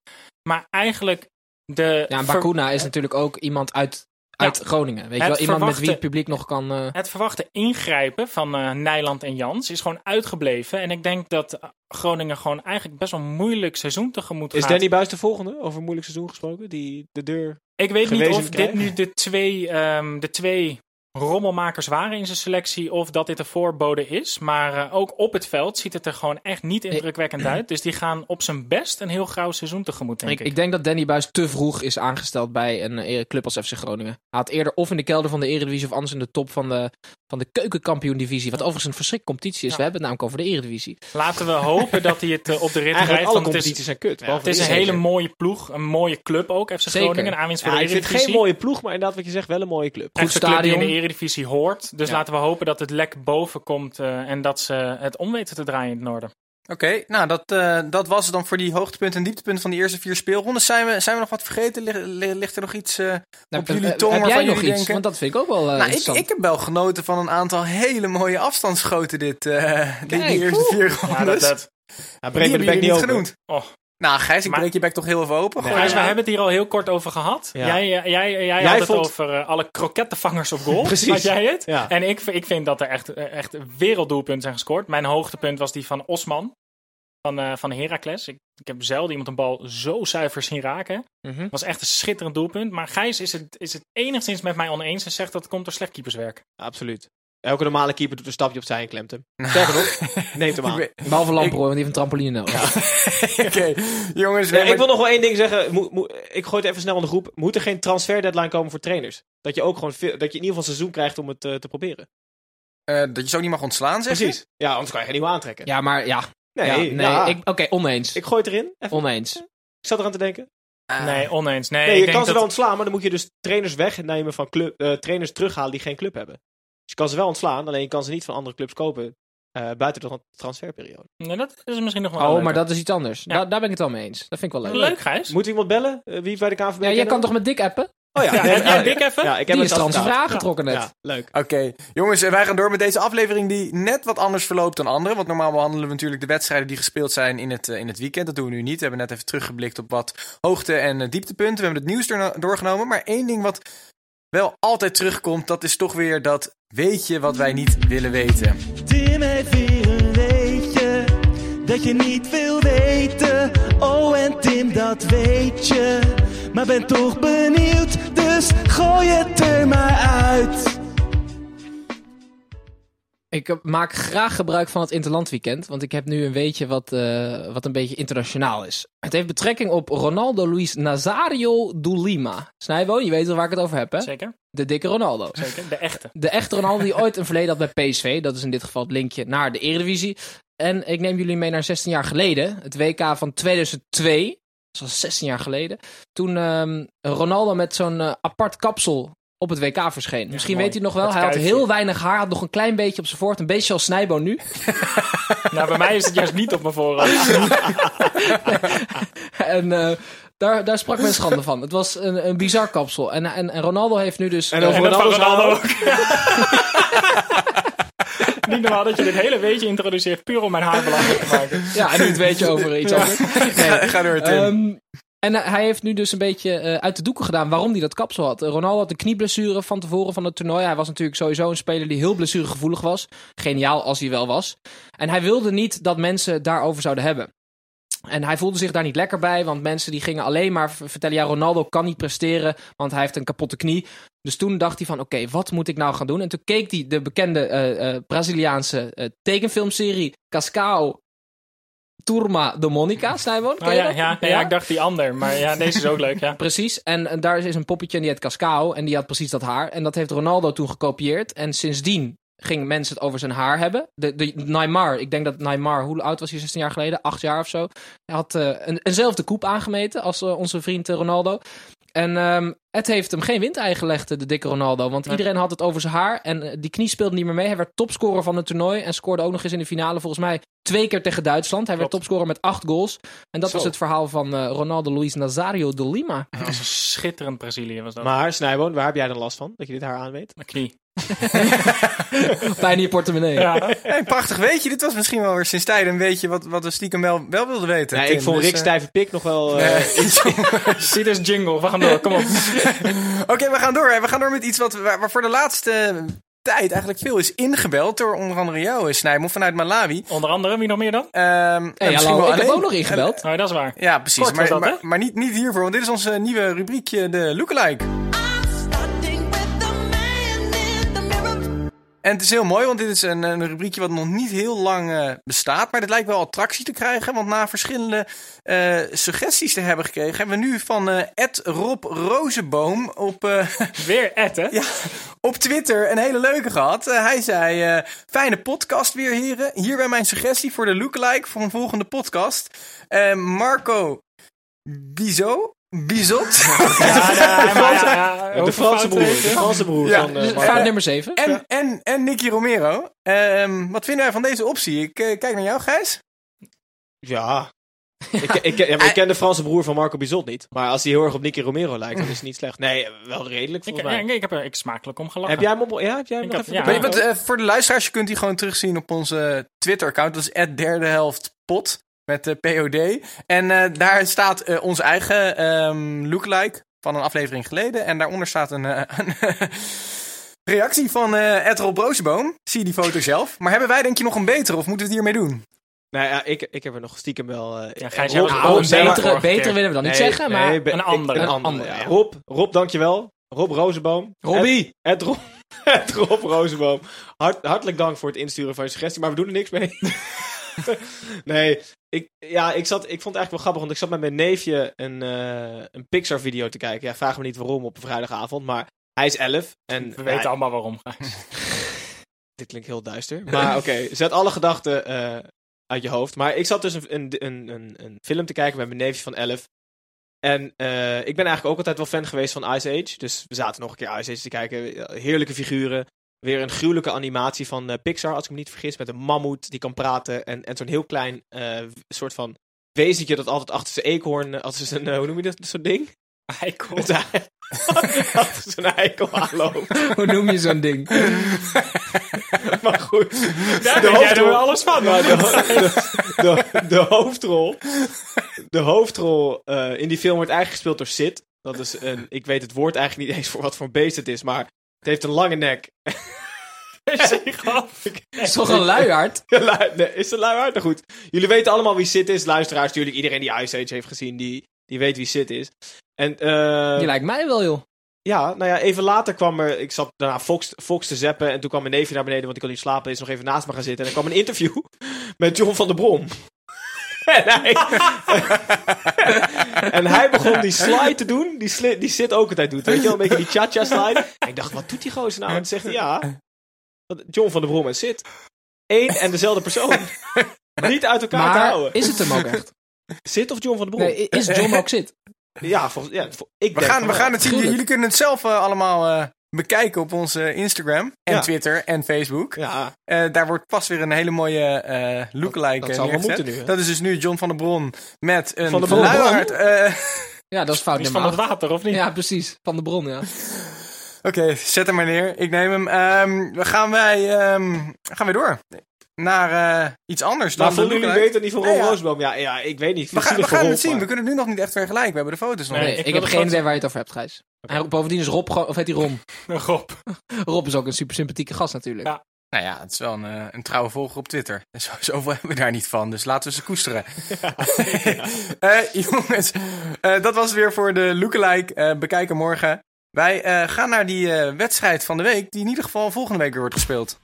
Speaker 6: Maar eigenlijk de...
Speaker 7: Ja, en
Speaker 6: ver-
Speaker 7: Bakuna is natuurlijk ook iemand uit, uit Groningen. Weet je
Speaker 6: Het
Speaker 7: wel, iemand met
Speaker 6: verwachte-
Speaker 7: wie het publiek nog kan... eh,
Speaker 6: Het verwachte ingrijpen van eh, Nijland en Jans is gewoon uitgebleven. En ik denk dat eh, Groningen gewoon eigenlijk best wel een moeilijk seizoen tegemoet
Speaker 4: Is
Speaker 6: [LAUGHS] gaat.
Speaker 4: Danny Buis de volgende? Over een moeilijk seizoen gesproken? Die de deur
Speaker 6: Ik weet niet
Speaker 4: gewezen
Speaker 6: of dit
Speaker 4: krijgen.
Speaker 6: nu de twee, ehm, de twee rommelmakers waren in zijn selectie. Of dat dit een voorbode is. Maar eh, ook op het veld ziet het er gewoon echt niet indrukwekkend uit. Dus die gaan op zijn best een heel grauw seizoen tegemoet, denk
Speaker 7: Ik,
Speaker 6: ik.
Speaker 7: ik denk dat Danny Buis te vroeg is aangesteld bij een eh, club als FC Groningen. Hij had eerder of in de kelder van de Eredivisie of anders in de top van de, van de keukenkampioen-divisie. Wat overigens een verschrikkelijke competitie is.
Speaker 6: Ja.
Speaker 7: We hebben het namelijk over de Eredivisie.
Speaker 6: Laten we hopen dat hij het eh, op de rit
Speaker 4: Eigenlijk
Speaker 6: krijgt.
Speaker 4: alle
Speaker 6: Want het
Speaker 4: competities
Speaker 6: is,
Speaker 4: zijn kut. behalve
Speaker 6: het is
Speaker 4: de
Speaker 6: een
Speaker 4: Eredivisie.
Speaker 6: hele mooie ploeg. Een mooie club ook, FC
Speaker 7: Zeker.
Speaker 6: Groningen. Aanwinst voor
Speaker 4: Ja,
Speaker 6: de
Speaker 4: ik vind
Speaker 6: Eredivisie.
Speaker 4: geen mooie ploeg, maar inderdaad wat je zegt, wel een mooie club.
Speaker 7: Goed
Speaker 6: Echt een club die in de
Speaker 7: stadion.
Speaker 6: Eredivisie hoort. Dus
Speaker 7: Ja.
Speaker 6: laten we hopen dat het lek boven komt. eh, en dat ze het om weten te draaien in het noorden.
Speaker 2: Oké, nou dat, eh, dat was het dan voor die hoogtepunten en dieptepunten van die eerste vier speelrondes. Zijn we, zijn we nog wat vergeten? Lig- li- ligt er nog iets eh, op
Speaker 7: Eh,
Speaker 2: jullie
Speaker 7: eh,
Speaker 2: tong
Speaker 7: heb
Speaker 2: waarvan
Speaker 7: jij nog
Speaker 2: jullie
Speaker 7: iets?
Speaker 2: denken?
Speaker 7: Want dat vind ik ook wel eh,
Speaker 2: nou, ik,
Speaker 7: interessant.
Speaker 2: ik heb wel genoten van een aantal hele mooie afstandsschoten dit, eh, die, die
Speaker 7: Kijk,
Speaker 2: eerste
Speaker 7: oeh.
Speaker 2: vier
Speaker 6: Ja, [LAUGHS]
Speaker 2: rondes.
Speaker 6: dat, dat,
Speaker 2: die
Speaker 4: Hij breekt me de
Speaker 2: hebben jullie
Speaker 4: bek niet
Speaker 2: niet
Speaker 4: open.
Speaker 2: genoemd.
Speaker 6: oh,
Speaker 2: Nou Gijs, ik
Speaker 6: Maar-
Speaker 2: breek je bek toch heel even open.
Speaker 6: Ja,
Speaker 2: Gooi
Speaker 6: we
Speaker 2: maar.
Speaker 6: hebben het hier al heel kort over gehad.
Speaker 4: Ja.
Speaker 6: Jij, eh, jij, eh, jij,
Speaker 4: Jij
Speaker 6: had het
Speaker 4: vond-
Speaker 6: over eh, alle krokettenvangers op goal.
Speaker 4: [LAUGHS] Precies.
Speaker 6: Had jij het?
Speaker 4: Ja.
Speaker 6: En ik, ik vind dat er echt, eh, echt werelddoelpunten zijn gescoord. Mijn hoogtepunt was die van Osman. Van, eh, van Heracles. Ik, ik heb zelden iemand een bal zo zuiver zien raken.
Speaker 7: Mhm.
Speaker 6: was echt een schitterend doelpunt. Maar Gijs is het, is het enigszins met mij oneens en zegt dat het komt door slecht keeperswerk.
Speaker 4: Absoluut. Elke normale keeper doet een stapje opzij en klemt hem. Sterker nog, neemt hem aan.
Speaker 2: Ik
Speaker 7: Behalve Lamprooi, want die heeft een trampoline nodig.
Speaker 2: ben- [LAUGHS] Oké, jongens.
Speaker 4: Nee,
Speaker 2: nee,
Speaker 4: ik wil
Speaker 2: maar-
Speaker 4: nog wel één ding zeggen. Moe- moe- ik gooi het even snel in de groep. Moet er geen transfer deadline komen voor trainers? Dat je ook gewoon veel, dat je in ieder geval een seizoen krijgt om het eh, te proberen.
Speaker 2: eh, dat je zo niet mag ontslaan, zeg je?
Speaker 4: Precies. Ja, anders kan je geen nieuwe aantrekken.
Speaker 7: Ja, maar ja.
Speaker 4: nee,
Speaker 7: ja, nee.
Speaker 4: ja.
Speaker 7: ik-
Speaker 4: Ik,
Speaker 7: Oké, oneens.
Speaker 4: gooi het erin. Even.
Speaker 7: Oneens.
Speaker 6: Oh,
Speaker 4: Ik zat eraan te denken.
Speaker 2: Ah.
Speaker 6: Nee, oneens. Nee,
Speaker 4: Nee,
Speaker 6: ik
Speaker 4: je
Speaker 6: denk
Speaker 4: kan ze
Speaker 6: dat...
Speaker 4: wel ontslaan, maar dan moet je dus trainers wegnemen van club, eh, trainers terughalen die geen club hebben. Dus je kan ze wel ontslaan, alleen je kan ze niet van andere clubs kopen eh, buiten de transferperiode.
Speaker 6: Nee, dat is misschien nog wel
Speaker 7: Oh,
Speaker 6: leuker.
Speaker 7: maar dat is iets anders.
Speaker 6: Ja.
Speaker 7: Da- daar ben ik het wel mee eens. Dat vind ik wel leuk.
Speaker 6: Leuk, Gijs.
Speaker 4: Moet iemand bellen? Eh, wie bij de KNVB
Speaker 7: Ja, jij
Speaker 4: kennen?
Speaker 7: kan toch met Dick appen?
Speaker 4: Oh ja,
Speaker 6: Ja, heb jij Dick even?
Speaker 4: Ja, ik heb het
Speaker 7: Die is trans
Speaker 4: advocaat.
Speaker 7: vragen getrokken net.
Speaker 4: Ja, leuk.
Speaker 2: Oké, jongens, eh, wij gaan door met deze aflevering die net wat anders verloopt dan andere. Want normaal behandelen we natuurlijk de wedstrijden die gespeeld zijn in het, eh, in het weekend. Dat doen we nu niet. We hebben net even teruggeblikt op wat hoogte- en eh, dieptepunten. We hebben het nieuws doorno- doorgenomen. Maar één ding wat wel altijd terugkomt, dat is toch weer dat weet je wat wij niet willen weten.
Speaker 8: Tim heeft weer een weetje dat je niet wil weten. Oh, en Tim, dat weet je. Maar ben toch benieuwd, dus gooi het er maar uit.
Speaker 7: Ik eh, maak graag gebruik van het Interlandweekend, want ik heb nu een weetje wat, eh, wat een beetje internationaal is. Het heeft betrekking op Ronaldo Luis Nazario Doulima. Snijbo, je weet wel waar ik het over heb, hè?
Speaker 6: Zeker,
Speaker 7: De dikke Ronaldo.
Speaker 6: zeker. De echte.
Speaker 7: De echte Ronaldo die ooit een verleden had bij PSV. Dat is in dit geval het linkje naar de Eredivisie. En ik neem jullie mee naar 16 jaar geleden. Het WK van 2002. Dat is al 16 jaar geleden. Toen ehm, Ronaldo met zo'n eh, apart kapsel op het WK verscheen. Misschien
Speaker 6: mooi.
Speaker 7: weet u het nog wel.
Speaker 6: Het
Speaker 7: hij had
Speaker 6: kuifje.
Speaker 7: heel weinig haar. Had nog een klein beetje op zijn voorhoofd. Een beetje als Snijbo nu. [LAUGHS]
Speaker 6: nou, bij mij is het juist niet op mijn voorhoofd.
Speaker 7: en eh, daar, daar sprak men schande van. Het was een, een bizar kapsel. En, en, en Ronaldo heeft nu dus...
Speaker 4: En
Speaker 7: eh,
Speaker 4: over
Speaker 6: en dat van
Speaker 4: Ronaldo's
Speaker 6: Ronaldo
Speaker 4: verhaal.
Speaker 6: ook. [LAUGHS] niet normaal dat je dit hele weetje introduceert puur om mijn haar belangrijk te maken.
Speaker 7: Ja, en nu het weet je over iets anders. Nee.
Speaker 2: Ga door, Tim.
Speaker 7: Ehm, en eh, hij heeft nu dus een beetje eh, uit de doeken gedaan waarom hij dat kapsel had. Eh, Ronaldo had een knieblessure van tevoren van het toernooi. Hij was natuurlijk sowieso een speler die heel blessuregevoelig was. Geniaal als hij wel was. En hij wilde niet dat mensen daarover zouden hebben. En hij voelde zich daar niet lekker bij, want mensen die gingen alleen maar v- vertellen: ja, Ronaldo kan niet presteren, want hij heeft een kapotte knie. Dus toen dacht hij van, oké, wat moet ik nou gaan doen? En toen keek hij de bekende eh, eh, Braziliaanse eh, tekenfilmserie Cascao Turma de Monica, Snijboon. Ken
Speaker 6: Oh,
Speaker 7: je
Speaker 6: ja,
Speaker 7: dat?
Speaker 6: ja, ja, ik dacht die ander. Maar ja, deze is ook leuk, ja.
Speaker 7: Precies, en, en daar is een poppetje en die heet Cascao en die had precies dat haar. En dat heeft Ronaldo toen gekopieerd en sindsdien gingen mensen het over zijn haar hebben. De, de Neymar, ik denk dat Neymar, hoe oud was hij 16 jaar geleden? 8 jaar of zo. Hij had eh, een, eenzelfde koep aangemeten als eh, onze vriend eh, Ronaldo. En ehm, het heeft hem geen wind gelegd, eh, de dikke Ronaldo. Want iedereen had het over zijn haar. En eh, die knie speelde niet meer mee. Hij werd topscorer van het toernooi. En scoorde ook nog eens in de finale, volgens mij, twee keer tegen Duitsland. Hij werd
Speaker 6: Klopt.
Speaker 7: topscorer met acht goals. En dat
Speaker 4: Zo.
Speaker 7: was het verhaal van eh, Ronaldo Luis Nazario de Lima.
Speaker 6: Dat was een schitterend Brazilië, was dat.
Speaker 4: Maar Snijboon, waar heb jij dan last van? Dat je dit haar aanweet?
Speaker 6: Mijn knie.
Speaker 7: Bijna in je portemonnee.
Speaker 6: Ja.
Speaker 2: Hey, prachtig weet je. Dit was misschien wel weer sinds tijden een beetje wat, wat we stiekem wel, wel wilden weten.
Speaker 4: Nee,
Speaker 2: Tim.
Speaker 4: ik vond
Speaker 2: Dus, [LAUGHS]
Speaker 4: Rick
Speaker 2: eh,
Speaker 4: Stijve Pik nog wel... eh,
Speaker 6: Dit is jingle, we gaan door, kom op.
Speaker 2: Oké, we gaan door. hè. We gaan door met iets wat, waar, waarvoor de laatste tijd eigenlijk veel is ingebeld door onder andere jou, Snijmon, vanuit Malawi.
Speaker 6: [LAUGHS] Onder andere, wie nog meer dan?
Speaker 2: Ehm, nou,
Speaker 7: Hey,
Speaker 2: misschien
Speaker 7: hallo,
Speaker 2: wel
Speaker 7: ik heb
Speaker 2: alleen.
Speaker 7: ook nog ingebeld.
Speaker 6: Oh, dat is waar.
Speaker 2: Ja, precies.
Speaker 6: Kort
Speaker 2: maar
Speaker 6: was dat,
Speaker 2: maar,
Speaker 6: hè?
Speaker 2: maar niet, niet hiervoor, want dit is ons eh, nieuwe rubriekje, de lookalike. En het is heel mooi, want dit is een, een rubriekje wat nog niet heel lang eh, bestaat. Maar dit lijkt wel attractie te krijgen. Want na verschillende eh, suggesties te hebben gekregen, hebben we nu van eh, Ed Rob Rozenboom op, eh, [LAUGHS]
Speaker 6: Weer Ed, hè?
Speaker 2: ja, op Twitter een hele leuke gehad. Eh, hij zei, eh, fijne podcast weer heren. Hierbij mijn suggestie voor de lookalike voor een volgende podcast. Eh, Marco Bizot. Bizot.
Speaker 6: [LAUGHS] Ja, maar ja, ja,
Speaker 4: de
Speaker 6: hoeveel
Speaker 4: Franse
Speaker 6: fouten
Speaker 4: broer.
Speaker 6: heeft
Speaker 4: De
Speaker 6: hij?
Speaker 4: Franse broer
Speaker 2: Ja.
Speaker 4: van... eh,
Speaker 7: Dus
Speaker 4: Mark.
Speaker 7: fout nummer 7.
Speaker 2: en, en, en Nicky Romero. Ehm, wat vinden wij van deze optie? Ik eh, kijk naar jou, Gijs.
Speaker 4: Ja. ik, ik, ja, maar ik ken de Franse broer van Marco Bizot niet. Maar als hij heel erg op Nicky Romero lijkt, dan is het niet slecht. Nee, eh, wel redelijk
Speaker 6: Ik,
Speaker 4: volgens
Speaker 6: ja,
Speaker 4: mij.
Speaker 6: ik heb er ik smakelijk om gelachen.
Speaker 4: Heb jij hem op... Ja, heb jij hem
Speaker 6: Ik
Speaker 4: nog even
Speaker 6: heb- ja.
Speaker 4: bekeken?
Speaker 2: Weet je wat, eh, voor de luisteraars, je kunt die gewoon terugzien op onze Twitter-account. Dat is derde helft pot met eh, de POD. En eh, daar staat eh, ons eigen ehm lookalike van een aflevering geleden. En daaronder staat een, eh, [LAUGHS] een reactie van eh Ed Rob Rozenboom. Zie je die foto zelf. Maar hebben wij denk je nog een betere of moeten we het hiermee doen?
Speaker 4: Nou ja, ik, ik heb er nog stiekem wel... eh,
Speaker 6: Ja,
Speaker 4: eh,
Speaker 6: Gijs, jij
Speaker 4: Rob-
Speaker 6: was-
Speaker 4: Rob-
Speaker 7: Nou,
Speaker 6: Oh,
Speaker 7: een
Speaker 6: zeg maar
Speaker 7: betere,
Speaker 6: vorige
Speaker 7: betere
Speaker 6: keer.
Speaker 7: willen we dan niet zeggen, maar...
Speaker 4: nee, be-
Speaker 6: een
Speaker 4: ik-
Speaker 6: andere.
Speaker 4: Een
Speaker 6: Een
Speaker 4: andere,
Speaker 7: andere,
Speaker 4: ja.
Speaker 7: ja.
Speaker 4: Rob, Rob, dankjewel. Rob Rozenboom. [LAUGHS]
Speaker 7: Robbie.
Speaker 4: Ed, Ed Rob, Rob Rozenboom. Hart, hartelijk dank voor het insturen van je suggestie, maar we doen er niks mee. [LAUGHS] nee, ik, ja, ik, zat, ik vond het eigenlijk wel grappig, want ik zat met mijn neefje een, eh, een Pixar-video te kijken. Ja, vraag me niet waarom op een vrijdagavond, maar hij is 11. En
Speaker 6: We weten
Speaker 4: ja,
Speaker 6: allemaal waarom.
Speaker 4: dit klinkt heel duister. Maar Ah, oké, zet alle gedachten eh, uit je hoofd. Maar ik zat dus een, een, een, een, een film te kijken met mijn neefje van 11. En eh, ik ben eigenlijk ook altijd wel fan geweest van Ice Age. Dus we zaten nog een keer Ice Age te kijken. Heerlijke figuren. Weer een gruwelijke animatie van eh, Pixar, als ik me niet vergis. Met een mammoet die kan praten. En, en zo'n heel klein eh, soort van wezentje dat altijd achter zijn eekhoorn... eh, Achter zijn, eh, hoe noem je dat, zo'n ding? [LAUGHS] Eikel. achter zijn eikel aanloopt.
Speaker 7: [LAUGHS] Hoe noem je zo'n ding?
Speaker 4: Maar goed. de
Speaker 6: Daar weet jij er
Speaker 4: hoofdrol-
Speaker 6: wel alles van.
Speaker 4: Maar de, ho- de, de hoofdrol, de hoofdrol eh, in die film wordt eigenlijk gespeeld door Sid. Dat is een, ik weet het woord eigenlijk niet eens voor wat voor beest het is, maar het heeft een lange nek. [LAUGHS]
Speaker 7: is toch een luiaard?
Speaker 4: Lui- nee, is de luiaard nou goed? Jullie weten allemaal wie Sid is, luisteraars natuurlijk. Iedereen die Ice Age heeft gezien, die, die weet wie Sid is. En, eh,
Speaker 7: Die lijkt mij wel, joh.
Speaker 4: Ja, nou ja, even later kwam er. Ik zat daarna Fox, Fox te zappen. En toen kwam mijn neefje naar beneden, want ik kon niet slapen. Hij is nog even naast me gaan zitten. En er kwam een interview [LAUGHS] met John van der Brom. [LAUGHS] en, hij, [LAUGHS] en hij begon die slide te doen. Die, sli- die zit ook altijd doet. Weet je wel, een beetje die cha-cha slide. En ik dacht, wat doet die gozer nou? En toen zegt hij, ja. want John van der Brom en Sid. Eén en dezelfde
Speaker 7: [LAUGHS]
Speaker 4: persoon. niet uit elkaar te
Speaker 7: Maar
Speaker 4: houden.
Speaker 7: is het hem ook echt?
Speaker 4: Sid of John van der Brom?
Speaker 7: Nee, i- is John ook zit?
Speaker 4: ja, volgens, ja, vol- ik
Speaker 2: We
Speaker 4: denk
Speaker 2: gaan,
Speaker 4: van
Speaker 2: we
Speaker 4: wel.
Speaker 2: gaan het zien.
Speaker 7: Tuurlijk.
Speaker 2: Jullie kunnen het zelf eh, allemaal eh, bekijken op onze Instagram en
Speaker 4: Ja.
Speaker 2: Twitter en Facebook.
Speaker 4: Ja,
Speaker 2: Eh, daar wordt pas weer een hele mooie eh lookalike
Speaker 4: Dat- dat
Speaker 2: eh,
Speaker 4: zal wel
Speaker 2: neergezet.
Speaker 4: moeten nu, hè?
Speaker 2: dat is dus nu John van der Bron met een
Speaker 4: Van der Bron.
Speaker 2: luiaard. eh, [LAUGHS]
Speaker 7: Ja, dat is fout
Speaker 6: Die is van
Speaker 7: nummer
Speaker 6: het
Speaker 7: acht.
Speaker 6: water, of niet?
Speaker 7: Ja, precies. Van de bron, ja.
Speaker 2: Oké, zet hem maar neer. Ik neem hem. Ehm, we gaan wij ehm, gaan wij door naar eh, iets anders dan
Speaker 4: Maar vonden
Speaker 2: de
Speaker 4: jullie
Speaker 2: lookalike.
Speaker 4: beter niet van
Speaker 2: Nee,
Speaker 4: Ron
Speaker 2: ja.
Speaker 4: Roosboom? Ja, ja, ik weet niet.
Speaker 2: We gaan,
Speaker 4: Zielig
Speaker 2: we gaan
Speaker 4: gerold,
Speaker 2: het zien.
Speaker 4: maar-
Speaker 2: We kunnen het nu nog niet echt vergelijken. We hebben de foto's nog
Speaker 6: Nee,
Speaker 7: Nee,
Speaker 2: niet.
Speaker 7: ik,
Speaker 6: ik
Speaker 7: heb
Speaker 6: wil
Speaker 7: geen
Speaker 6: dat-
Speaker 7: idee waar je het over hebt, Gijs. Hij- bovendien is Rob gewoon... Of heet hij Rom?
Speaker 6: [LAUGHS] Rob.
Speaker 7: Rob is ook een super sympathieke gast natuurlijk.
Speaker 6: Ja.
Speaker 2: Nou ja, het is wel een, eh, een trouwe volger op Twitter. [LAUGHS] Zo, zoveel hebben we daar niet van, dus laten we ze koesteren. [LAUGHS] Eh, jongens, eh, dat was het weer voor de lookalike. Eh bekijk hem morgen. Wij eh, gaan naar die eh, wedstrijd van de week, die in ieder geval volgende week weer wordt gespeeld.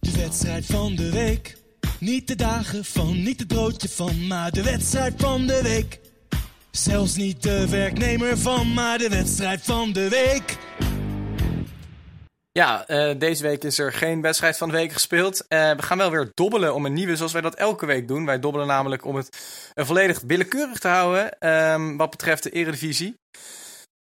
Speaker 8: De wedstrijd van de week. Niet de dagen van, niet het broodje van, maar de wedstrijd van de week. Zelfs niet de werknemer van, maar de wedstrijd van de week.
Speaker 2: Ja, eh, deze week is er geen wedstrijd van de week gespeeld. Eh, we gaan wel weer dobbelen om een nieuwe, zoals wij dat elke week doen. Wij dobbelen namelijk om het eh, volledig willekeurig te houden ehm, wat betreft de eredivisie.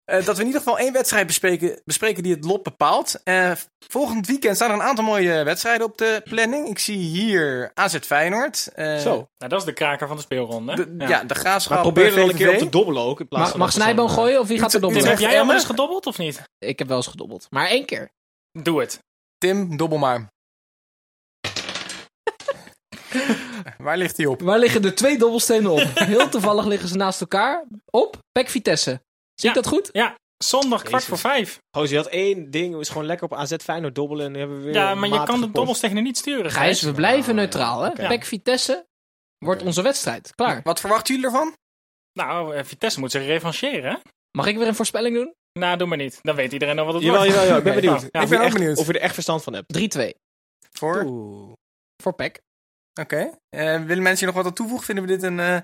Speaker 2: Eh, dat we in ieder geval één wedstrijd bespreken, bespreken die het lot bepaalt. Eh, volgend weekend staan er een aantal mooie wedstrijden op de planning. Ik zie hier AZ Feyenoord. eh,
Speaker 4: Zo.
Speaker 6: Nou, dat is de kraker van de speelronde.
Speaker 2: De, ja.
Speaker 6: ja.
Speaker 2: de Graafschap.
Speaker 4: Maar probeer er
Speaker 2: eh,
Speaker 4: wel een keer op
Speaker 2: VVV.
Speaker 4: te dobbelen ook. In plaats
Speaker 7: Mag,
Speaker 4: van
Speaker 7: mag
Speaker 4: dat we
Speaker 7: Snijboom
Speaker 4: zo'n,
Speaker 7: gooien of wie gaat er
Speaker 2: Utrecht-
Speaker 6: Tim,
Speaker 7: dobbelen?
Speaker 6: heb jij al
Speaker 2: Emmen?
Speaker 6: eens gedobbeld of niet?
Speaker 7: Ik heb wel eens gedobbeld. Maar één keer.
Speaker 6: Doe het.
Speaker 2: Tim, dobbel
Speaker 4: [LAUGHS]
Speaker 2: maar. Waar ligt die op?
Speaker 7: Waar liggen de twee dobbelstenen op? [LAUGHS] Heel toevallig liggen ze naast elkaar op. Pek Vitesse. Zie ik
Speaker 6: Ja.
Speaker 7: dat goed?
Speaker 6: Ja, zondag kwart
Speaker 4: Jezus.
Speaker 6: voor vijf.
Speaker 4: eh, Gozer, je had één ding. is gewoon lekker op AZ Feyenoord dobbelen. En dan hebben we weer
Speaker 6: Ja,
Speaker 4: een
Speaker 6: maar je
Speaker 4: matige
Speaker 6: kan de
Speaker 4: pot.
Speaker 6: dobbels tegen niet sturen.
Speaker 7: Gijs, we blijven
Speaker 4: Ah, ja.
Speaker 7: neutraal. Hè?
Speaker 4: Oké.
Speaker 7: Pek Vitesse wordt onze wedstrijd. Klaar.
Speaker 2: Wat verwachten jullie ervan?
Speaker 6: Nou, eh, Vitesse moet zich revancheren. hè?
Speaker 7: Mag ik weer een voorspelling doen?
Speaker 6: Nou, doe maar niet. Dan weet iedereen al wat het
Speaker 4: Jawel,
Speaker 6: wordt.
Speaker 4: jawel, jawel. Ik ben
Speaker 6: Oké,
Speaker 4: benieuwd.
Speaker 6: nou, ja.
Speaker 2: Ik ben
Speaker 4: Of je
Speaker 2: ook
Speaker 4: echt-
Speaker 2: benieuwd.
Speaker 4: Of je er echt verstand van hebt.
Speaker 7: 3-2
Speaker 2: Voor? Oké.
Speaker 7: voor Pek.
Speaker 2: Eh, willen mensen hier nog wat aan toevoegen? Vinden we dit een eh
Speaker 6: Nou,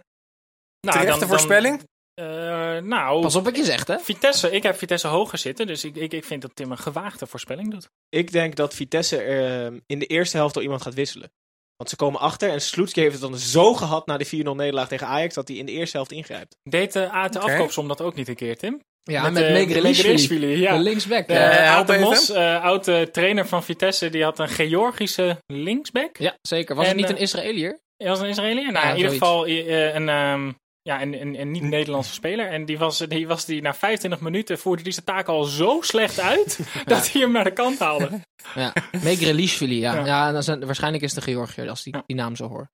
Speaker 2: terechte
Speaker 6: dan- dan-
Speaker 2: voorspelling?
Speaker 6: eh, nou,
Speaker 7: Pas op wat je zegt, hè?
Speaker 6: Vitesse. Ik heb Vitesse hoger zitten, dus ik, ik, ik vind dat Tim een gewaagde voorspelling doet.
Speaker 4: Ik denk dat Vitesse ehm, in de eerste helft al iemand gaat wisselen. Want ze komen achter. En Sloetski heeft het dan zo gehad na die 4-0 nederlaag tegen Ajax. dat hij in de eerste helft ingrijpt.
Speaker 6: Deed eh, de AT
Speaker 2: Oké.
Speaker 6: afkoopsom dat ook niet een keer, Tim?
Speaker 7: Ja, met, met
Speaker 6: eh,
Speaker 7: Megrelishvili.
Speaker 6: Megrelishvili, ja.
Speaker 7: De linksback.
Speaker 6: De
Speaker 7: ja.
Speaker 2: Eh, help
Speaker 6: oude
Speaker 2: even.
Speaker 6: Mos, eh, oud eh, trainer van Vitesse, die had een Georgische linksback.
Speaker 7: ja, zeker. Was
Speaker 6: en,
Speaker 7: het niet
Speaker 6: eh,
Speaker 7: een
Speaker 6: [LAUGHS]
Speaker 7: Israëliër?
Speaker 6: Hij was een Israëliër. Nou,
Speaker 7: Ja,
Speaker 6: in ieder
Speaker 7: zoiets.
Speaker 6: geval eh, een, ehm, ja, een, een, een niet-Nederlandse speler. En die was, die was die na 25 minuten voerde die zijn taak al zo slecht uit, [LAUGHS] dat hij hem naar de kant haalde.
Speaker 7: Ja, Megrelishvili, ja. ja.
Speaker 6: Ja.
Speaker 7: en dan zijn, waarschijnlijk is het een Georgiër als die,
Speaker 6: Ja.
Speaker 7: die naam zo hoor.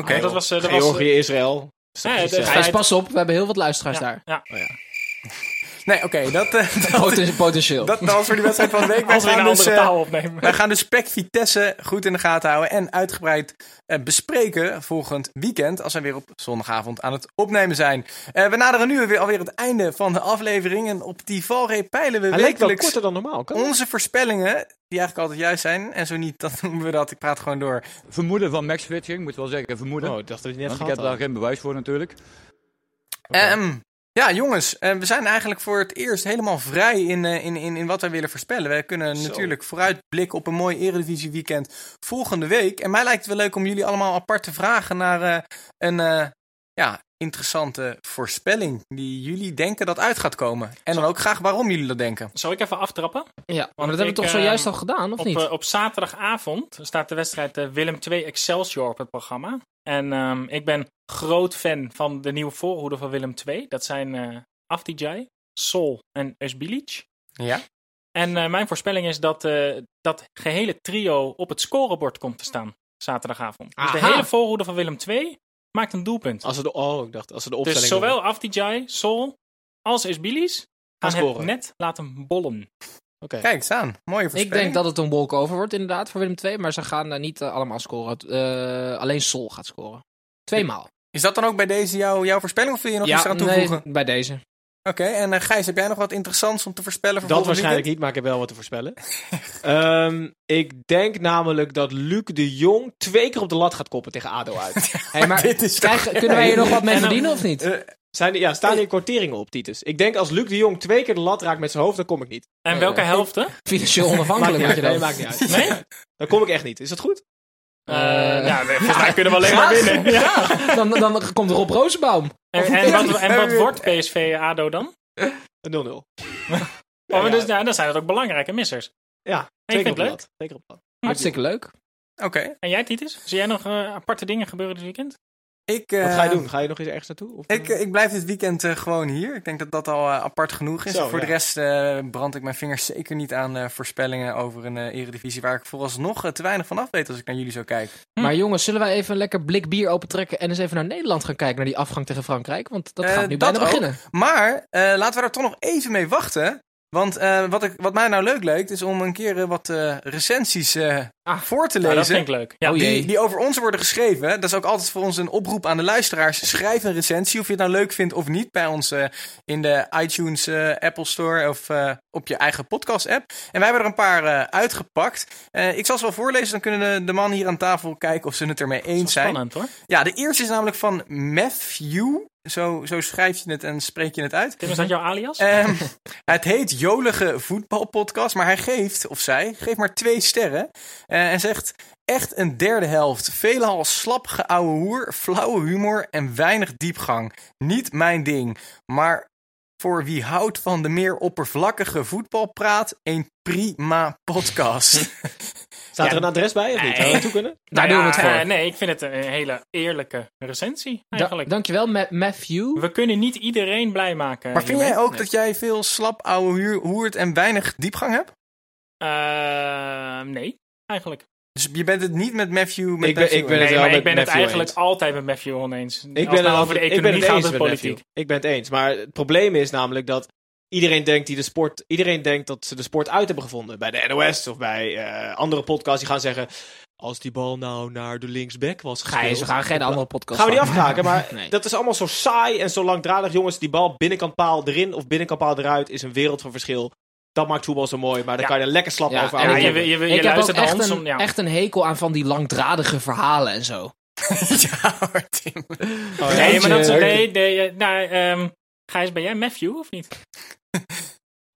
Speaker 2: Oké.
Speaker 6: Maar dat was, eh, dat was,
Speaker 4: Georgië, Israël.
Speaker 6: Nee,
Speaker 4: Precies,
Speaker 6: de-
Speaker 4: ja.
Speaker 7: Gijs,
Speaker 6: feit-
Speaker 7: pas op. We hebben heel wat luisteraars
Speaker 6: ja,
Speaker 7: daar.
Speaker 6: ja.
Speaker 2: Nee, oké, dat, eh, [LAUGHS]
Speaker 4: Oh,
Speaker 6: [LAUGHS]
Speaker 2: dat,
Speaker 7: Poten- potentieel.
Speaker 2: dat, dat was voor die wedstrijd van de week. Wij
Speaker 6: Als we in een
Speaker 2: gaan
Speaker 6: andere
Speaker 2: dus, eh,
Speaker 6: taal opnemen.
Speaker 2: Wij gaan dus PEC Vitesse goed in de gaten houden en uitgebreid eh, bespreken volgend weekend als wij weer op zondagavond aan het opnemen zijn. Eh, we naderen nu weer alweer het einde van de aflevering en op die valreep peilen we
Speaker 4: Hij lijkt wel
Speaker 2: wekelijks
Speaker 4: korter dan normaal. Kan
Speaker 2: onze voorspellingen, die eigenlijk altijd juist zijn. En zo niet, dan [LAUGHS] noemen we dat. Ik praat gewoon door.
Speaker 9: Vermoeden van matchswitching, moet wel zeggen,
Speaker 4: dat?
Speaker 9: vermoeden.
Speaker 4: Oh, ik dacht dat hij net
Speaker 9: Want ik
Speaker 4: gehad
Speaker 9: heb daar
Speaker 4: had.
Speaker 9: geen bewijs voor natuurlijk.
Speaker 2: Ehm, ja, jongens, eh, we zijn eigenlijk voor het eerst helemaal vrij in, eh, in, in, in wat wij willen voorspellen. Wij kunnen natuurlijk vooruitblikken op een mooi Eredivisie weekend volgende week. En mij lijkt het wel leuk om jullie allemaal apart te vragen naar eh, een eh, ja, interessante voorspelling die jullie denken dat uit gaat komen. En dan ook graag waarom jullie dat denken.
Speaker 6: Zal ik even aftrappen?
Speaker 7: Ja, maar
Speaker 6: Want
Speaker 7: dat hebben we
Speaker 6: ik,
Speaker 7: toch zojuist
Speaker 6: ehm,
Speaker 7: al gedaan, of
Speaker 6: Op,
Speaker 7: niet?
Speaker 6: eh, op zaterdagavond staat de wedstrijd eh, Willem 2 Excelsior op het programma. En ehm, ik ben groot fan van de nieuwe voorhoede van Willem 2. Dat zijn eh Afdijay, Sol en Özbilic.
Speaker 2: Ja.
Speaker 6: En eh, mijn voorspelling is dat eh, dat gehele trio op het scorebord komt te staan zaterdagavond. Dus de
Speaker 7: Aha.
Speaker 6: hele voorhoede van Willem 2 maakt een doelpunt.
Speaker 4: Als ze de, oh, ik dacht, als ze de
Speaker 6: dus
Speaker 4: opstelling
Speaker 6: zowel Afdijay, Sol als Özbilic gaan het
Speaker 4: scoren.
Speaker 6: net laten bollen.
Speaker 4: Oké.
Speaker 2: Kijk, staan. Mooie voorspelling.
Speaker 7: Ik denk dat het een walkover wordt, inderdaad, voor Willem II. Maar ze gaan daar niet eh, allemaal scoren. Eh, alleen Sol gaat scoren. Tweemaal.
Speaker 2: Is dat dan ook bij deze jouw jouw voorspelling of wil je nog iets aan toevoegen?
Speaker 7: nee, bij deze.
Speaker 2: Oké, en eh, Gijs, heb jij nog wat interessants om te voorspellen voor
Speaker 4: Dat
Speaker 2: volgend
Speaker 4: waarschijnlijk
Speaker 2: weekend?
Speaker 4: niet, maar ik heb wel wat te voorspellen. Ehm, ik denk namelijk dat Luc de Jong twee keer op de lat gaat koppen tegen ADO
Speaker 2: [LAUGHS]
Speaker 4: uit. [LAUGHS]
Speaker 7: Hey, maar
Speaker 2: dit is toch-
Speaker 7: krijgen- kunnen wij hier nog wat mee
Speaker 6: En dan-
Speaker 7: verdienen of niet?
Speaker 4: Zijn, er- ja, staan hier kwarteringen op, Titus? Ik denk als Luc de Jong twee keer de lat raakt met zijn hoofd, dan kom ik niet.
Speaker 6: En welke helft? hè?
Speaker 7: Financieel onafhankelijk moet
Speaker 4: Maakt
Speaker 7: je
Speaker 4: niet uit. Nee,
Speaker 7: dan.
Speaker 4: maakt niet uit.
Speaker 6: Nee?
Speaker 4: [LAUGHS] Dan kom ik echt niet. Is dat goed?
Speaker 7: [LAUGHS]
Speaker 6: Eh, ja, nee, volgens mij kunnen we alleen maar winnen. Hm.
Speaker 7: dan, dan komt Rob Rozenbaum.
Speaker 6: En, en, wat, en wat wordt PSV ADO dan?
Speaker 2: [LAUGHS]
Speaker 4: Een 0-0.
Speaker 6: Oh, maar
Speaker 4: ja.
Speaker 6: dus, nou, dan zijn dat ook belangrijke missers.
Speaker 4: Ja,
Speaker 6: vind
Speaker 4: twee keer
Speaker 6: het
Speaker 4: op de
Speaker 6: leuk.
Speaker 4: lat. Twee keer op de lat.
Speaker 7: Hartstikke leuk.
Speaker 2: Oké,
Speaker 6: En jij, Titus? Zie jij nog eh, aparte dingen gebeuren dit weekend?
Speaker 2: ik...
Speaker 4: Wat ga je
Speaker 2: eh,
Speaker 4: doen? Ga je nog eens ergens naartoe? Of,
Speaker 2: Ik, ik blijf dit weekend eh, gewoon hier. Ik denk dat dat al eh, apart genoeg is.
Speaker 4: Zo,
Speaker 2: Voor de
Speaker 4: ja.
Speaker 2: rest eh, brand ik mijn vingers zeker niet aan eh, voorspellingen over een eh, eredivisie waar ik vooralsnog eh, te weinig van af weet als ik naar jullie zo kijk.
Speaker 7: Maar jongens, zullen wij even een lekker blik bier opentrekken en eens even naar Nederland gaan kijken, naar die afgang tegen Frankrijk? Want dat
Speaker 2: Eh,
Speaker 7: gaat nu
Speaker 2: dat
Speaker 7: bijna
Speaker 2: ook.
Speaker 7: beginnen.
Speaker 2: Maar eh, laten we daar toch nog even mee wachten. Want eh, wat, ik, wat mij nou leuk lijkt, is om een keer eh, wat eh, recensies eh,
Speaker 7: Ah,
Speaker 2: voor te
Speaker 6: Nou, dat
Speaker 2: lezen.
Speaker 6: vind ik leuk. Ja,
Speaker 7: Oh, jee.
Speaker 2: Die, die over ons worden geschreven. Dat is ook altijd voor ons een oproep aan de luisteraars. Schrijf een recensie of je het nou leuk vindt of niet bij ons eh, in de iTunes eh, Apple Store of eh, op je eigen podcast app. En wij hebben er een paar eh, uitgepakt. Eh, ik zal ze wel voorlezen, dan kunnen de, de man hier aan tafel kijken of ze het ermee eens zijn.
Speaker 6: spannend hoor.
Speaker 2: Ja, de eerste is namelijk van Matthew. Zo, zo schrijf je het en spreek je het uit.
Speaker 6: Tim, is dat jouw alias?
Speaker 2: Ehm, [LAUGHS] het heet Jolige Voetbalpodcast, maar hij geeft, of zij, geeft maar twee sterren. Eh, en zegt, echt een derde helft. Veelal slap geouwe hoer, flauwe humor en weinig diepgang. Niet mijn ding. Maar voor wie houdt van de meer oppervlakkige voetbalpraat, een prima
Speaker 4: [LAUGHS]
Speaker 2: podcast.
Speaker 4: Staat
Speaker 6: Ja.
Speaker 4: er een adres bij of niet? Zou we naartoe kunnen?
Speaker 7: Daar doen we het voor.
Speaker 6: eh, nee, ik vind het een hele eerlijke recensie
Speaker 7: Da
Speaker 6: eigenlijk.
Speaker 7: dankjewel, Ma Matthew.
Speaker 6: We kunnen niet iedereen blij maken.
Speaker 2: maar vind
Speaker 6: hiermee.
Speaker 2: jij ook dat jij veel slap ouwe huur, hoert en weinig diepgang hebt?
Speaker 6: Eh, nee, eigenlijk.
Speaker 2: Dus je bent het niet met Matthew, met
Speaker 4: Ik ben- ik
Speaker 2: Matthew eens?
Speaker 4: ben het
Speaker 6: Nee,
Speaker 4: wel
Speaker 6: maar ik
Speaker 4: met
Speaker 6: ben het
Speaker 4: Matthew
Speaker 6: eigenlijk
Speaker 4: eens.
Speaker 6: altijd met Matthew oneens.
Speaker 4: Ik
Speaker 6: Als
Speaker 4: ben,
Speaker 6: het nou
Speaker 4: het
Speaker 6: over de
Speaker 4: ik ben
Speaker 6: economie
Speaker 4: het
Speaker 6: gaat,
Speaker 4: eens
Speaker 6: het
Speaker 4: met
Speaker 6: politiek.
Speaker 4: Matthew. Ik ben het eens. Maar het probleem is namelijk dat iedereen denkt die de sport. Iedereen denkt dat ze de sport uit hebben gevonden. Bij de NOS of bij eh, andere podcasts die gaan zeggen. Als die bal nou naar de linksback was gespeeld.
Speaker 7: Gijs, we gaan geen andere podcast
Speaker 4: Gaan we die
Speaker 7: maken.
Speaker 4: afkraken,
Speaker 6: [LAUGHS]
Speaker 4: maar
Speaker 7: [LAUGHS] Nee.
Speaker 4: dat is allemaal zo saai en zo langdradig. Jongens, die bal binnenkant paal erin of binnenkant paal eruit is een wereld van verschil. Dat maakt voetbal zo mooi, maar dan
Speaker 6: Ja.
Speaker 4: kan je er lekker slap
Speaker 7: Ja,
Speaker 4: over
Speaker 7: en
Speaker 6: Ja,
Speaker 4: aan.
Speaker 7: ik
Speaker 6: je, je, je,
Speaker 7: ik heb ook
Speaker 6: luistert naar
Speaker 7: echt
Speaker 6: ons
Speaker 7: een,
Speaker 6: om... Ja.
Speaker 7: echt een hekel aan van die langdradige verhalen en zo.
Speaker 2: [LAUGHS] Ja hoor, Tim.
Speaker 4: Oh,
Speaker 6: nee, maar dat is...
Speaker 4: Jeetje.
Speaker 6: Nee, nee, eh, nou, ehm, Gijs, ben jij Matthew of niet?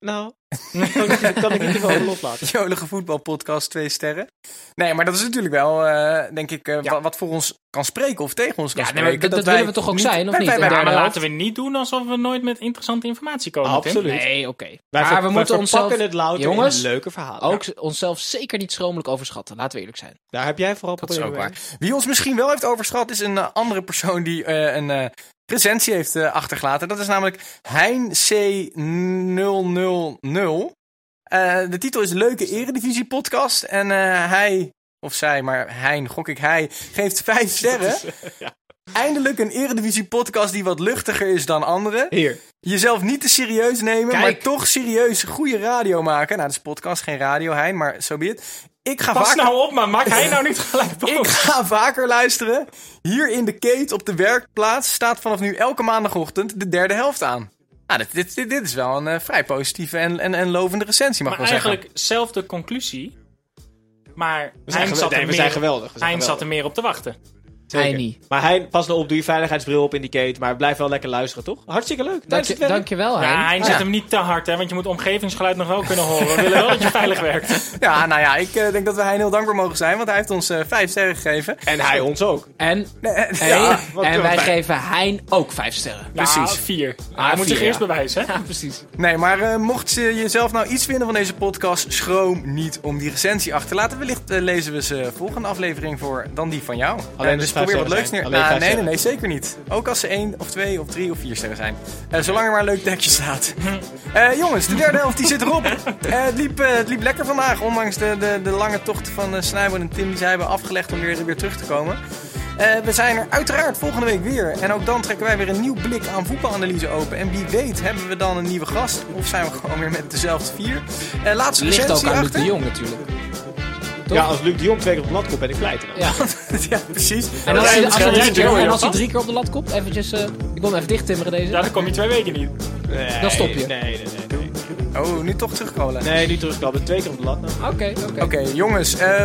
Speaker 4: Nou, [LAUGHS] dat kan ik niet wel loslaten.
Speaker 2: [LAUGHS] jolige voetbalpodcast, twee sterren. Nee, maar dat is natuurlijk wel, eh, denk ik, eh,
Speaker 6: Ja.
Speaker 2: wa- wat voor ons kan spreken of tegen ons kan
Speaker 7: Ja, nee, maar
Speaker 2: spreken.
Speaker 7: dat- dat
Speaker 2: wij
Speaker 7: willen we toch ook zijn, of
Speaker 2: wij-
Speaker 7: niet?
Speaker 2: wij- wij-
Speaker 7: Ja,
Speaker 6: Ja, maar
Speaker 7: helft.
Speaker 6: laten we niet doen alsof we nooit met interessante informatie komen, Tim.
Speaker 4: Absoluut.
Speaker 7: Nee, oké.
Speaker 4: Wij
Speaker 7: Maar
Speaker 4: ver-
Speaker 7: we
Speaker 4: wij
Speaker 7: moeten
Speaker 4: verpakken
Speaker 7: onszelf
Speaker 4: het louter in
Speaker 7: Jongens,
Speaker 4: leuke verhalen.
Speaker 7: ook onszelf zeker niet schromelijk overschatten. Laten we eerlijk zijn.
Speaker 4: Daar heb jij vooral
Speaker 7: Dat is
Speaker 4: problemen
Speaker 7: ook
Speaker 4: mee.
Speaker 7: waar.
Speaker 2: Wie ons misschien wel heeft overschat, is een eh, andere persoon die eh, een eh, presentie heeft eh, achtergelaten. Dat is namelijk Hein C000. Eh, de titel is Leuke Eredivisie Podcast. En eh, hij, of zij, maar Hein, gok ik hij, geeft vijf sterren. Eindelijk een Eredivisie-podcast die wat luchtiger is dan andere.
Speaker 4: Hier.
Speaker 2: Jezelf niet te serieus nemen,
Speaker 4: Kijk.
Speaker 2: maar toch serieus goede radio maken. Nou, dat is podcast, geen radio, Hein, maar zo so be it. Ik ga
Speaker 6: Pas
Speaker 2: vaker...
Speaker 6: nou op, maar maak
Speaker 2: [LAUGHS]
Speaker 6: hij nou niet gelijk
Speaker 2: Ik
Speaker 6: boos.
Speaker 2: ga vaker luisteren. Hier in de keet op de werkplaats staat vanaf nu elke maandagochtend de derde helft aan. Nou, dit, dit, dit, dit is wel een eh, vrij positieve en, en, en lovende recensie, mag ik
Speaker 6: Maar
Speaker 2: wel zeggen.
Speaker 6: eigenlijk zelfde conclusie. Maar
Speaker 4: zijn
Speaker 6: Hein
Speaker 4: gewel-
Speaker 6: zat,
Speaker 4: nee,
Speaker 6: er
Speaker 4: we zijn
Speaker 6: meer-
Speaker 4: geweldig, we zijn
Speaker 6: Hein zat
Speaker 4: geweldig.
Speaker 6: er meer op te wachten.
Speaker 4: Zeker.
Speaker 7: Heini.
Speaker 4: Maar hij, pas nou op, doe je veiligheidsbril op in die kate. Maar blijf wel lekker luisteren, toch? Hartstikke leuk.
Speaker 7: Dank
Speaker 4: Tijdens
Speaker 7: je,
Speaker 4: het werk.
Speaker 7: dankjewel, Hein.
Speaker 6: Ja, Hein zet
Speaker 2: ja.
Speaker 6: hem niet te hard, hè, want je moet omgevingsgeluid nog wel kunnen horen. We willen wel
Speaker 4: [LAUGHS]
Speaker 6: dat je veilig werkt.
Speaker 2: Ja, nou ja, ik eh, denk dat we Hein heel dankbaar mogen zijn, want hij heeft ons eh, vijf sterren gegeven.
Speaker 4: En hij ons ook.
Speaker 7: En, en,
Speaker 4: wat
Speaker 7: en
Speaker 4: doen
Speaker 7: wij
Speaker 4: wij?
Speaker 7: geven Hein ook vijf sterren.
Speaker 6: Ja,
Speaker 2: Precies.
Speaker 6: vier.
Speaker 7: Ah,
Speaker 6: hij moet
Speaker 7: vier,
Speaker 6: zich eerst
Speaker 7: ja.
Speaker 6: bewijzen, hè?
Speaker 7: Ja, precies.
Speaker 2: Nee, maar eh, mocht je jezelf nou iets vinden van deze podcast, schroom niet om die recensie achter te laten. Wellicht eh, lezen we ze volgende aflevering voor dan die van jou. Eh,
Speaker 4: Alleen als
Speaker 2: dus
Speaker 4: het
Speaker 2: probeer
Speaker 4: vijf
Speaker 2: wat leuks
Speaker 4: sterren zijn.
Speaker 2: neer.
Speaker 4: Alleen
Speaker 2: Ah,
Speaker 4: vijf
Speaker 2: nee, nee,
Speaker 4: sterren.
Speaker 2: nee, zeker niet. Ook als ze één of twee of drie of vier sterren zijn. Eh, zolang er maar een leuk dekje staat. Eh, jongens, de derde helft die zit erop. Eh, het, liep, eh, het liep lekker vandaag, ondanks de, de, de lange tocht van eh, Snijbo en Tim die zij hebben afgelegd om weer, weer terug te komen. Eh, we zijn er uiteraard volgende week weer. En ook dan trekken wij weer een nieuw blik aan voetbalanalyse open. En wie weet hebben we dan een nieuwe gast. Of zijn we gewoon weer met dezelfde vier. Eh laatste
Speaker 7: Ligt ook
Speaker 2: recensie
Speaker 7: aan Luc
Speaker 2: achter.
Speaker 7: de Jong natuurlijk. Toch?
Speaker 4: Ja, als Luc de Jong twee keer op het lat komt, ben ik blij. trouwens.
Speaker 7: Ja.
Speaker 2: [LAUGHS] ja, precies.
Speaker 7: En als,
Speaker 6: Ja,
Speaker 7: hij,
Speaker 6: dat
Speaker 7: als, hij
Speaker 6: scheelt
Speaker 7: drie
Speaker 6: niet,
Speaker 7: keer,
Speaker 6: hoor,
Speaker 7: en als hij
Speaker 6: Jan.
Speaker 7: drie keer op de lat komt, eventjes... eh, ik wil hem even dicht timmeren deze.
Speaker 6: Ja, dan kom je twee weken niet.
Speaker 4: Nee,
Speaker 7: Dan stop je.
Speaker 4: Nee, nee, nee. Nee,
Speaker 2: Oh, nu toch terugkomen.
Speaker 4: nee niet terugklappen. Twee keer op het lat. nou.
Speaker 7: Oké, oké.
Speaker 2: Oké, jongens, eh,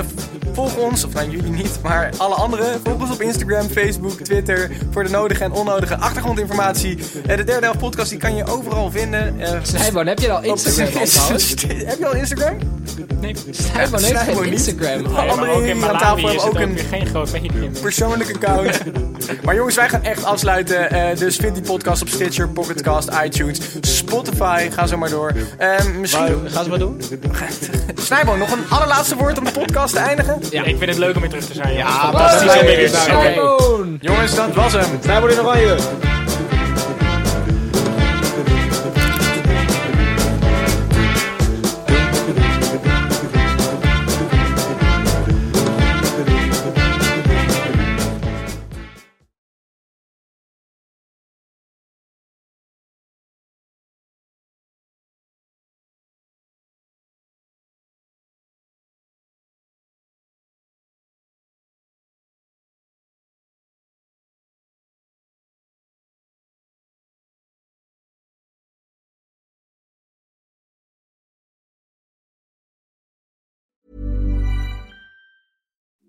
Speaker 2: volg ons, of nou jullie niet, maar alle anderen. Volg ons op Instagram, Facebook, Twitter voor de nodige en onnodige achtergrondinformatie. Eh, de derde helft podcast die kan je overal vinden. eh,
Speaker 7: Snijboon, heb je al
Speaker 2: op-
Speaker 7: Instagram opgehouden?
Speaker 2: [LAUGHS] Heb je al Instagram?
Speaker 7: Snijboon heeft
Speaker 2: Snijboon
Speaker 7: geen
Speaker 2: niet. Oh,
Speaker 7: Instagram.
Speaker 6: Nee, maar
Speaker 2: Andere
Speaker 6: ook
Speaker 2: hier
Speaker 6: in
Speaker 2: aan
Speaker 6: Malawi
Speaker 2: tafel
Speaker 6: is
Speaker 2: hebben
Speaker 6: het ook
Speaker 2: ook een-
Speaker 6: weer geen groot medium.
Speaker 2: persoonlijk account.
Speaker 6: [LAUGHS]
Speaker 2: maar jongens, wij gaan echt afsluiten. Eh, dus vind die podcast op Stitcher, Pocketcast, iTunes, Spotify. Ga zo maar door. Ehm,
Speaker 4: Maar,
Speaker 2: misschien...
Speaker 4: gaan ze maar doen?
Speaker 2: Snijbo, nog een allerlaatste woord om de podcast te eindigen?
Speaker 6: Ja. Ik vind het leuk om weer terug te zijn. jongens.
Speaker 4: fantastisch.
Speaker 2: Oké.
Speaker 4: Oké.
Speaker 7: Snijboon!
Speaker 2: Jongens, dat was hem.
Speaker 4: Snijboon in oranje.